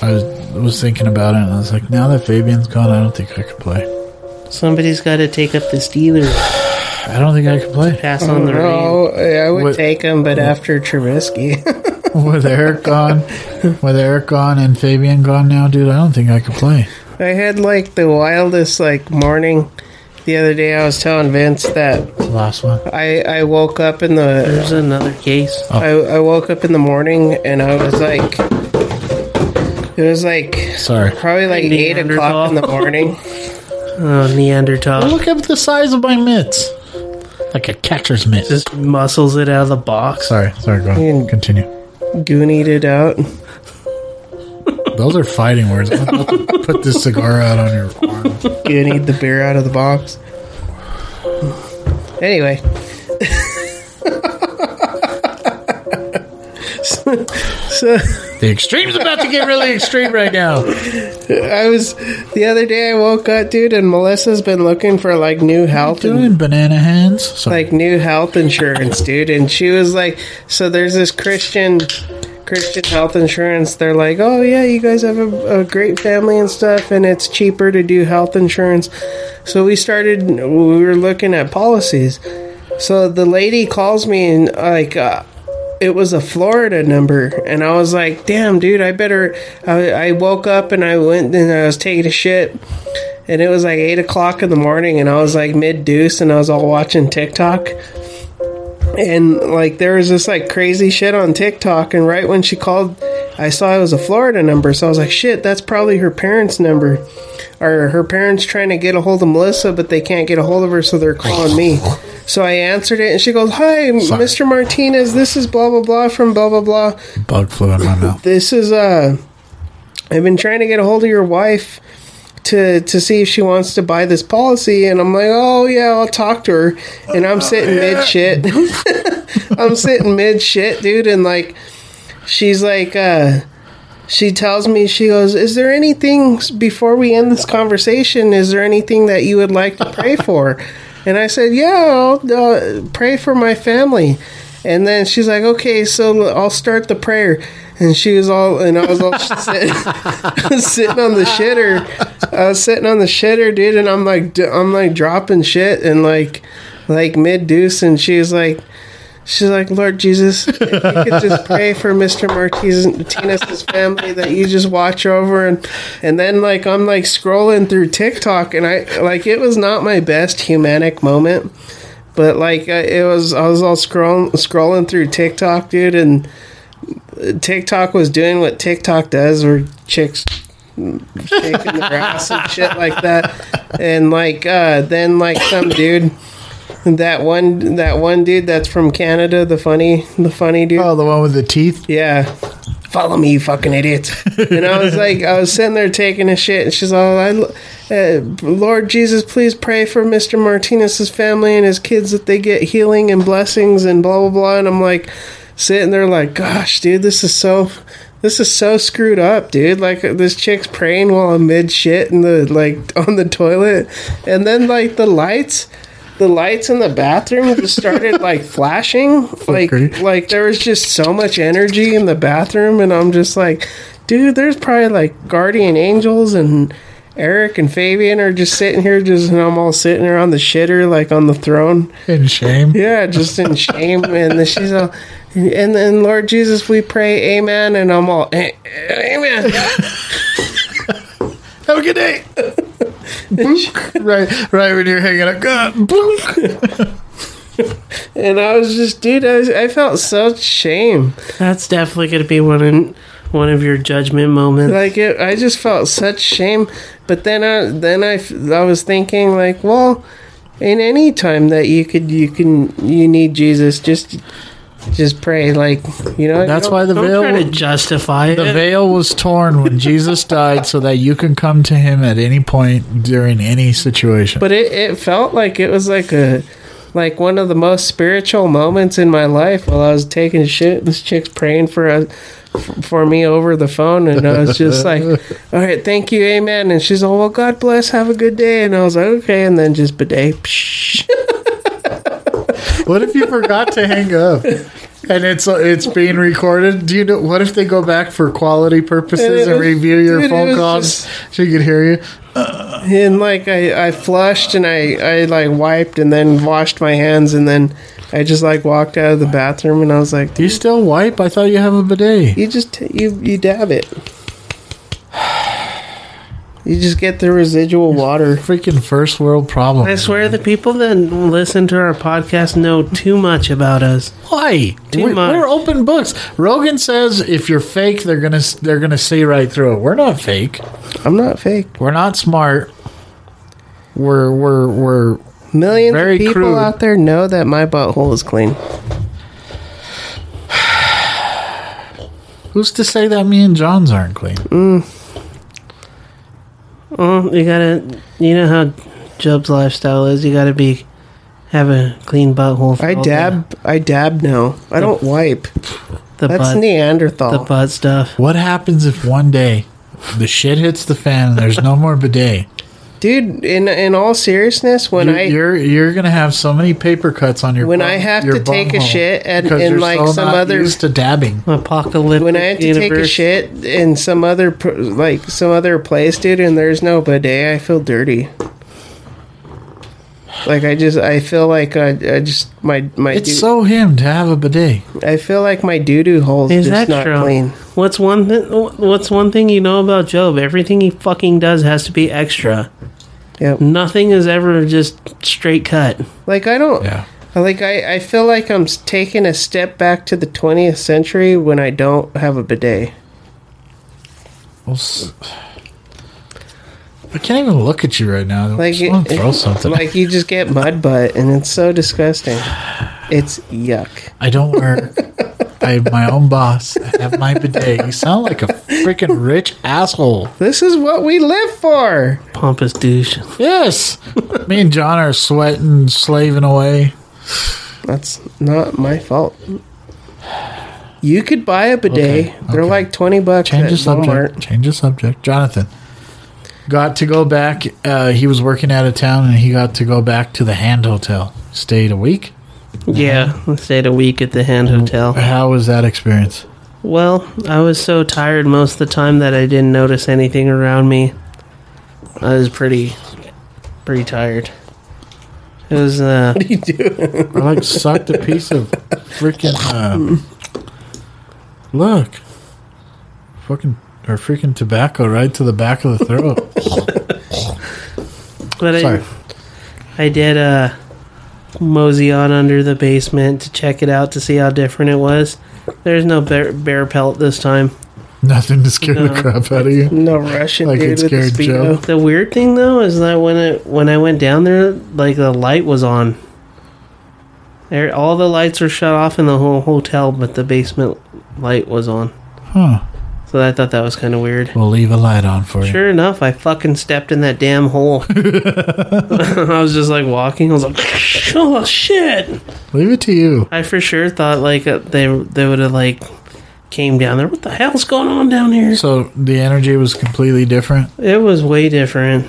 S10: I was, was thinking about it, and I was like, now that Fabian's gone, I don't think I could play.
S11: Somebody's got to take up the Steelers,
S10: I don't think I could play.
S11: pass on the reins.
S8: Oh, I would
S10: What-
S8: take him, but after Trubisky.
S10: (laughs) with Eric gone, with Eric gone and Fabian gone now, dude, I don't think I could play.
S8: I had like the wildest like morning the other day. I was telling Vince that
S10: It's the last one.
S8: I I woke up in the
S11: There's another case.
S8: I, I woke up in the morning and I was like it was like
S10: Sorry.
S8: probably like eight o'clock in the morning.
S11: (laughs) Oh, Neanderthal
S10: Look at the size of my mitts. Like a catcher's mitt.
S11: just muscles it out of the box.
S10: Sorry, sorry, go on.
S8: Mm.
S10: Continue.
S8: Goonied it out.
S10: Those are fighting words. I'm about to put this cigar out on your arm.
S8: Goonied the beer out of the box. Anyway. so, so
S10: The extreme's about to get really extreme
S8: (laughs)
S10: right now.
S8: I was the other day. I woke up, dude, and Melissa's been looking for like new health, and,
S10: Doing banana hands. Sorry.
S8: like new health insurance, dude. And she was like, "So there's this Christian, Christian health insurance. They're like, oh yeah, you guys have a, a great family and stuff, and it's cheaper to do health insurance." So we started. We were looking at policies. So the lady calls me and like. Uh, it was a Florida number, and I was like, "Damn, dude, I better." I, I woke up and I went and I was taking a shit, and it was like eight o'clock in the morning, and I was like mid deuce, and I was all watching TikTok, and like there was this like crazy shit on TikTok, and right when she called, I saw it was a Florida number, so I was like, "Shit, that's probably her parents' number." Or her parents trying to get a hold of Melissa, but they can't get a hold of her, so they're calling me. So I answered it, and she goes, "Hi,
S10: Sorry.
S8: Mr. Martinez. This is blah blah blah from blah blah blah.
S10: Bug flew in my
S8: (laughs)
S10: mouth.
S8: This is uh, I've been trying to get a hold of your wife to to see if she wants to buy this policy." And I'm like, "Oh yeah, I'll talk to her." And I'm sitting mid shit. (laughs) I'm sitting mid shit, dude, and like she's like uh she tells me she goes is there anything before we end this conversation is there anything that you would like to pray for and i said yeah i'll uh, pray for my family and then she's like okay so i'll start the prayer and she was all and i was all sit, (laughs) sitting on the shitter i was sitting on the shitter dude and i'm like d- i'm like dropping shit and like like mid deuce and she's like She's like, Lord Jesus, if you could just pray for Mr. Martinez- Martinez's family that you just watch over and and then like I'm like scrolling through TikTok and I like it was not my best humanic moment, but like I- it was I was all scrolling scrolling through TikTok, dude, and TikTok was doing what TikTok does, where chicks shaking the grass and shit like that, and like uh, then like some dude. That one, that one dude that's from Canada, the funny, the funny dude.
S10: Oh, the one with the teeth?
S8: Yeah, follow me, you fucking idiot. and I was like, I was sitting there taking a shit, and she's all, I, uh, Lord Jesus, please pray for Mr. Martinez's family and his kids that they get healing and blessings and blah blah blah. And I'm like, sitting there like, gosh, dude, this is so. This is so screwed up, dude. Like uh, this chick's praying while I'm mid shit in the like on the toilet, and then like the lights, the lights in the bathroom just started like flashing like
S10: Fuckery.
S8: like there was just so much energy in the bathroom and i'm just like dude, there's probably like guardian angels and Eric and Fabian are just sitting here, just and I'm all sitting there on the shitter, like on the throne.
S10: In shame.
S8: Yeah, just in shame. (laughs) and then she's all, and then Lord Jesus, we pray, Amen. And I'm all, "A- Amen.
S10: Have a good day. Boonk. right, right when you're hanging up. God, boonk.
S8: And I was just, dude, I, was, I felt such shame.
S12: That's definitely going to be one of, one of your judgment moments.
S8: like it i just felt such shame but then i then i f- I was thinking like well in any time that you could you can you need jesus just just pray like you know
S10: That's
S8: you
S10: why the
S12: Don't
S10: veil.
S12: try to justify
S10: The
S12: it.
S10: veil was torn when Jesus died, so that you can come to Him at any point during any situation.
S8: but it, it felt like it was like a like one of the most spiritual moments in my life while i was taking a shit this chick's praying for us for me over the phone and i was just like all right thank you amen and she's all well god bless have a good day and i was like okay and then just bidet Psh.
S10: what if you forgot to hang up? And it's it's being recorded. Do you know? What if they go back for quality
S8: And it
S10: purposes and,
S8: was-
S10: review your
S8: dude, it
S10: phone
S8: was
S10: calls
S8: just-
S10: so you could hear you?
S8: And like I, I flushed and I, I like wiped and then washed my hands and then I just like walked out of the bathroom and I was like,
S10: Do
S8: dude,
S10: you still wipe? I thought you have a bidet.
S8: you just t- you you dab it. You just get the residual water.
S10: Freaking first world problem.
S12: I swear the people that listen to our podcast know too much about us.
S10: Why?
S12: Too
S10: we,
S12: much.
S10: are open books. Rogan says if you're fake, they're gonna they're gonna see right through it. We're not fake.
S8: I'm not fake.
S10: We're not smart. We're we're we're
S8: Millions
S10: Very
S8: of people
S10: crude.
S8: out there know that my butthole is clean.
S10: who's to say that me and John's aren't clean?
S12: Well, you gotta, you know how Job's lifestyle is. You gotta be have a clean butthole. for
S8: I
S12: all
S8: dab. I dab now. I don't wipe.
S12: The, the
S8: That's
S12: butt, the
S8: Neanderthal.
S12: butt stuff.
S10: What happens if one day the shit hits the fan and there's no more bidet?
S8: Dude, in in all seriousness, when
S10: You're,
S8: I
S10: you're you're gonna have so many paper cuts on your
S8: When
S10: bum-
S8: I have
S10: your
S8: to take a
S10: bumhole
S8: shit and-
S10: because
S8: and
S10: you're
S8: like
S10: so
S8: some
S10: not
S8: other-
S10: used to dabbing.
S12: Apocalyptic.
S8: when I have to take a
S12: universe.
S8: shit in some other pr- like some other place, dude, and there's no bidet, I feel dirty. Like I just, I feel like I, I just my my
S10: It's
S8: doo-
S10: so him to have a bidet.
S8: I feel like my doo doo hole's
S12: Is that
S8: just not
S12: true?
S8: clean.
S12: What's one thi- What's one thing you know about Job? Everything he fucking does has to be extra.
S8: Yep.
S12: Nothing is ever just straight cut.
S8: Like I don't,
S10: Yeah.
S8: like I, I feel like I'm s- taking a step back to the 20th century when I don't have a bidet.
S10: Well, s- I can't even look at you right now. I
S8: Like
S10: just want to
S8: it-
S10: throw something.
S8: Like you just get mud butt, and it's so disgusting. It's yuck.
S10: I don't work. I'm my own boss. I have my bidet. You sound like a freaking rich asshole.
S8: This is what we live for.
S12: Pompous douche.
S10: Yes. Me and John are sweating, slaving away.
S8: That's not my fault. You could buy a bidet.
S10: Okay,
S8: They're
S10: okay.
S8: like twenty bucks
S10: Change
S8: at
S10: the subject.
S8: Walmart.
S10: Change the subject. Jonathan got to go back. Uh, he was working out of town and he got to go back to the Hand Hotel. Stayed a week.
S12: Yeah, I stayed a week at the Hand
S8: Oh.
S12: Hotel.
S10: How was that experience?
S12: Well, I was so tired most of the time that I didn't notice anything around me. I was pretty, pretty tired. It was
S8: (laughs)
S12: uh,
S10: I like sucked a piece of freaking. Uh, look, fucking or freaking tobacco right to the back of the throat.
S8: (laughs)
S12: but
S10: Sorry,
S12: I, I did uh, mosey on under the basement to check it out to see how different it was. There's no bear, bear pelt this time.
S10: nothing to scare the
S12: No.
S10: crap out of you.
S8: No Russian
S10: Like it
S8: dude with a
S10: scared
S8: speedo.
S10: Joe.
S12: The weird thing though is that when I when I went down there, like the light was on. There, all the lights were shut off in the whole hotel, but the basement light was on.
S10: Huh?
S12: So I thought that was kind of weird.
S10: We'll leave a light on for you.
S12: Sure enough, I fucking stepped in that damn
S10: (laughs)
S12: hole. (laughs) I was just like walking. I was like, (laughs) oh shit!
S10: Leave it to you.
S12: I for sure thought like uh, they they would have like came down there. What the hell's going on down here?
S10: So the energy was completely different.
S12: It was way different.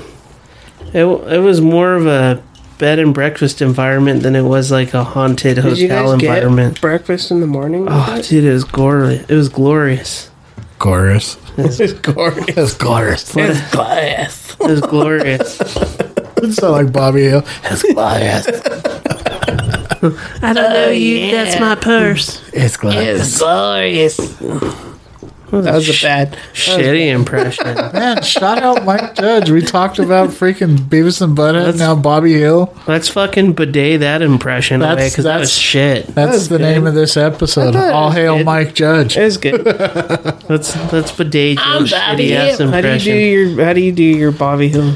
S12: It it was more of a bed and breakfast environment than it was like a haunted
S8: Did you
S12: hotel
S8: guys
S12: environment.
S8: get breakfast in the morning?
S12: Oh, dude, it was glorious. It was glorious.
S10: (laughs) Chorus.
S9: It's glorious.
S10: That's glorious.
S9: It's glorious.
S8: It was glorious.
S10: It's not like Bobby Hill. That's glorious.
S8: (laughs) I don't know you. That's my purse.
S10: It's
S9: It's
S10: glorious.
S9: glorious. (laughs) That was a bad.
S8: Shitty impression.
S10: Man, shout out Mike Judge. We talked about freaking Beavis and Butthead. now Bobby Hill.
S8: Let's fucking bidet that impression away 'cause away
S10: That's-
S8: because that
S10: that's-
S8: was shit.
S10: That's the name of this episode.
S9: thought it
S10: All
S9: was
S10: hail
S9: good.
S10: Mike Judge.
S9: It was good.
S8: Let's let's bidet your shitty ass
S9: How do you do
S8: impression.
S9: your How do you do your Bobby Hill?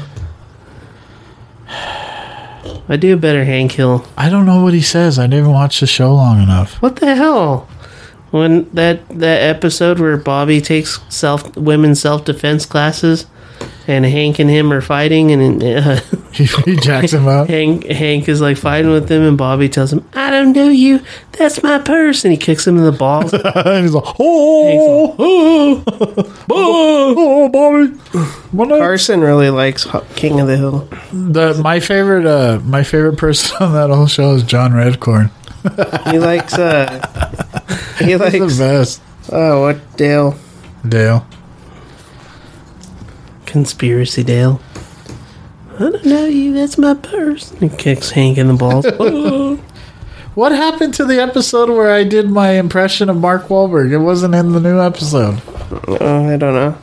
S8: I do a better Hank Hill.
S10: I don't know what he says. I didn't watch the show long enough. (laughs)
S8: What the hell? When that that episode where Bobby takes self women's self defense classes, and Hank and him are fighting, and uh,
S10: He, he jacks him
S8: (laughs)
S10: up.
S8: Hank Hank is like fighting with him, and Bobby tells him, "I don't know you. That's my purse," and he kicks him in the balls.
S10: (laughs) And he's like, oh, (laughs) oh, oh, Bobby. My name-
S9: Carson really likes Ho- King of the Hill.
S10: The, my favorite, uh, my favorite person (laughs) on that whole show is John Redcorn.
S9: He likes. uh (laughs) He
S10: He's
S9: likes.
S10: the best.
S9: Oh, what Dale?
S10: Dale.
S8: Conspiracy Dale. I don't know you. That's my purse. And he kicks Hank in
S9: (laughs)
S8: the balls. Oh.
S10: What happened to the episode where I did my impression of Mark Wahlberg? It wasn't in the new episode.
S9: Oh,
S8: Uh,
S9: I don't know.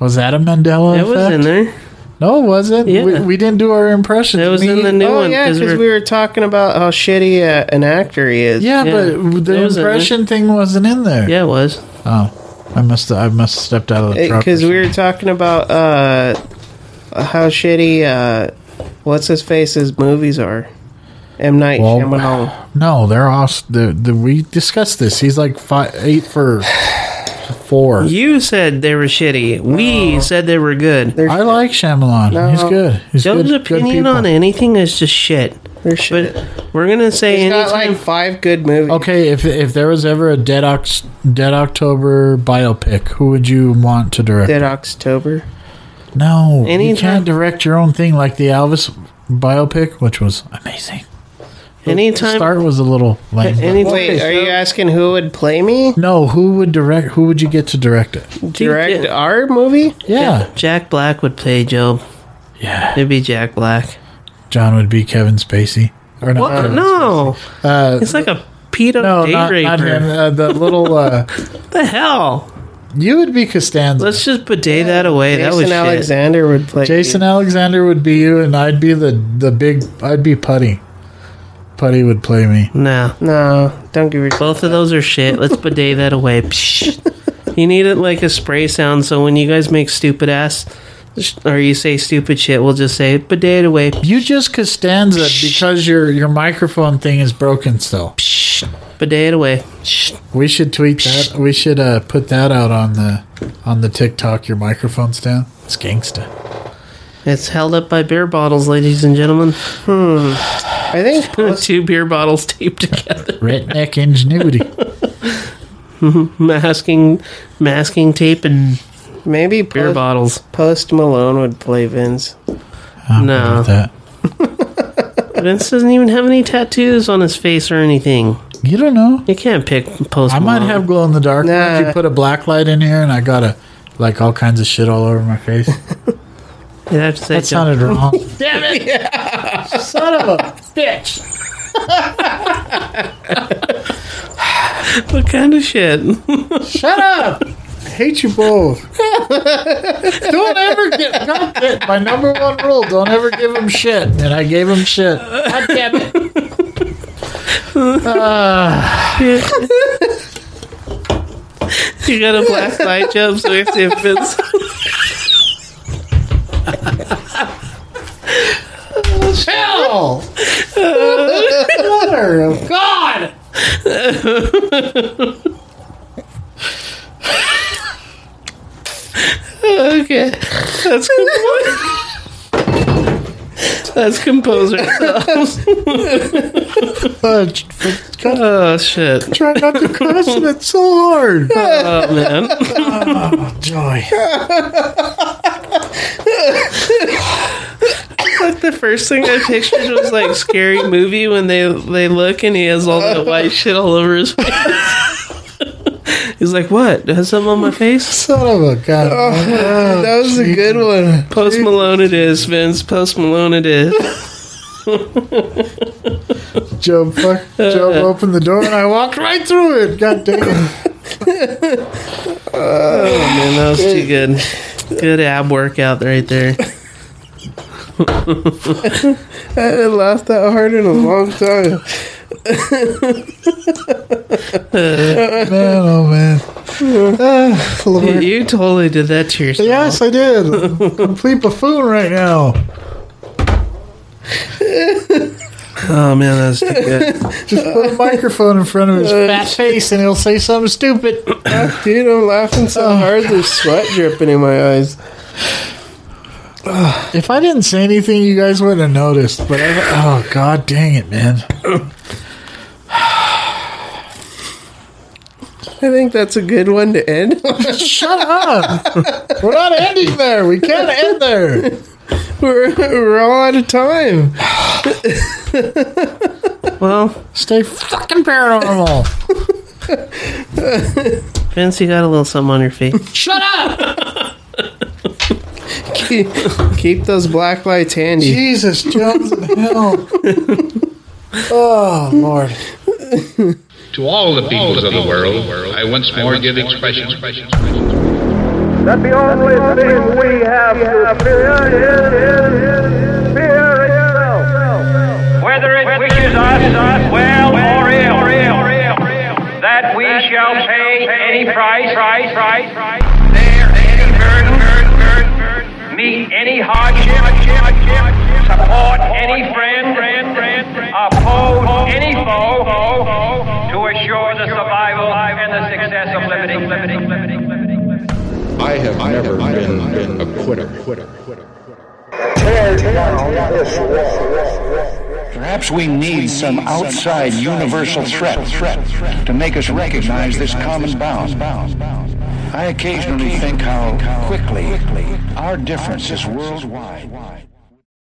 S10: Was that a Mandela
S8: That
S10: effect?
S8: was in there.
S10: No, it wasn't.
S8: Yeah.
S10: We, we didn't do our impression.
S8: That was in the new
S9: Oh
S8: one
S9: yeah, because we were talking about how shitty uh, an actor he is.
S10: Yeah,
S8: Yeah,
S10: but
S8: it
S10: the
S8: was in
S10: impression thing wasn't in there.
S8: Yeah, it was.
S10: Oh, I must I must have stepped out of the truck.
S9: because
S10: or
S9: we were talking about uh, how shitty uh, what's his face's movies are. M Night
S10: Well-
S9: Shyamalan.
S10: something. No, they're off. The, the we discussed this. He's like five, eight for four.
S8: You said they were shitty. We said they were good.
S9: Oh. They're
S10: I like Shyamalan. He's good. He's
S8: Joe's
S10: good. good
S8: opinion
S10: people.
S8: on anything is just shit.
S9: They're shit.
S8: But we're gonna say
S9: He's got
S8: anytime.
S9: like five good movies.
S10: Okay, if if there was ever a Dead Ox, Dead October biopic, who would you want to direct?
S9: Dead October.
S10: no, you
S8: Anytime-
S10: can't direct your own thing like the Elvis biopic, which was amazing. The
S8: anytime.
S10: start was a little lame.
S8: anytime
S9: Wait, are you asking who would play me?
S10: no, who would direct? Who would you get to direct it?
S9: Direct our movie?
S10: Yeah,
S8: Jack Black would play Job.
S10: yeah.
S8: It'd be Jack Black.
S10: John would be Kevin Spacey. Or not
S8: What?
S10: Kevin
S8: Oh, no,
S10: Spacey. Uh,
S8: it's like a pedo
S10: Oh, no,
S8: date
S10: not, not
S8: raper.
S10: him. Uh, the little. Uh,
S8: What the hell?
S10: you would be Costanza.
S8: Let's just bidet that away. that was
S9: Jason
S8: shit.
S9: Alexander would play
S10: Jason Alexander would be you, and I'd be the the big. I'd be Putty. Putty would play me.
S8: No,
S9: you. No, don't give your
S8: both of those are shit. Let's bidet that away. (laughs) Psh. You need it like a spray sound, so when you guys make stupid ass sh- or you say stupid shit, we'll just say bidet it away.
S10: You just Costanza because your your microphone thing is broken still.
S8: Psh. Bidet it away. Psh.
S10: We should tweet that. We should uh, put that out on the on the TikTok. Your microphone's down. It's gangsta.
S8: It's held up by beer bottles, ladies and gentlemen. Hmm.
S9: I think
S8: (laughs) Two beer bottles taped together,
S10: Redneck ingenuity.
S8: masking, masking tape and
S9: maybe
S8: beer
S9: post,
S8: bottles.
S9: post Malone would play Vince.
S10: I'm
S8: No.
S10: good with that.
S8: Vince doesn't even have any tattoos on his face or anything.
S10: You don't know.
S8: You can't pick post.
S10: I might
S8: Malone.
S10: have glow in the dark.
S9: Nah.
S10: You put a black light in here, and I got a like all kinds of shit all over my face.
S8: You'd have to say
S10: That
S8: Joe.
S10: sounded wrong. (laughs)
S8: What kind of shit? (laughs)
S10: Shut up! I hate you both. (laughs) don't ever give. God damn- my number one rule: don't ever give him shit. And I gave him shit. God damn it! Uh,
S8: you got a black light job, so we have to have Vince.
S10: Hell! Mother of God!
S8: Okay, that's composer. (laughs) that's composer.
S10: Uh, God,
S8: Oh shit!
S10: try not to cuss. and It's so hard.
S8: Oh man,
S10: Joy.
S8: like the first thing I pictured
S9: (laughs)
S8: was like scary movie
S9: (laughs)
S8: when they they look and he has all that white shit all over his face. (laughs) He's like, what? Has something on my face?
S10: Son of a gun.
S9: Oh, that was a good one.
S8: Post Malone it is, Vince. Post Malone it is.
S10: Joe, fuck, Joe opened the door and I walked right through it. God damn it.
S8: Man, that was too good. Good ab workout right
S9: (laughs)
S8: there.
S9: I haven't laughed that hard in a long time.
S10: (laughs) Man, oh man. Ah,
S8: You,
S10: Lord.
S8: you totally did that to yourself.
S10: Yes, I did. (laughs) Complete buffoon right
S9: (laughs)
S10: now.
S8: Oh man, that was too good.
S10: (laughs) Just put a microphone in front of his
S9: Uh,
S10: fat face and he'll say
S9: (coughs)
S10: something stupid. Oh.
S9: Dude, I'm laughing so hard there's sweat dripping in my eyes.
S10: If I didn't say anything, you guys wouldn't have noticed. But I, oh god, dang it, man!
S9: I think that's a good one to end. (laughs)
S10: Shut up! We're not ending there. We can't end there.
S9: we're, we're all out of time.
S10: (sighs)
S8: Well,
S10: Stay fucking paranormal.
S8: Vince, you got a little something on your
S9: (laughs)
S8: feet. (laughs)
S9: Keep, keep those black lights handy.
S10: Jesus, Jones in hell. (laughs) Oh lord.
S4: To all the peoples of the world, I once more give expression.
S2: That the only thing we have to fear is fear itself.
S3: Whether it wishes us well or ill, that we shall pay any price, price, price, price, bear any burden, burden, burden, burden, meet any hardship, support any friend, friend, friend, oppose any foe, foe, foe, to assure the survival and the success of liberty. liberty, liberty, liberty.
S4: I have never been a quitter.
S5: Perhaps we need some outside universal threat to make us recognize this common bound. I occasionally think how quickly our difference is worldwide.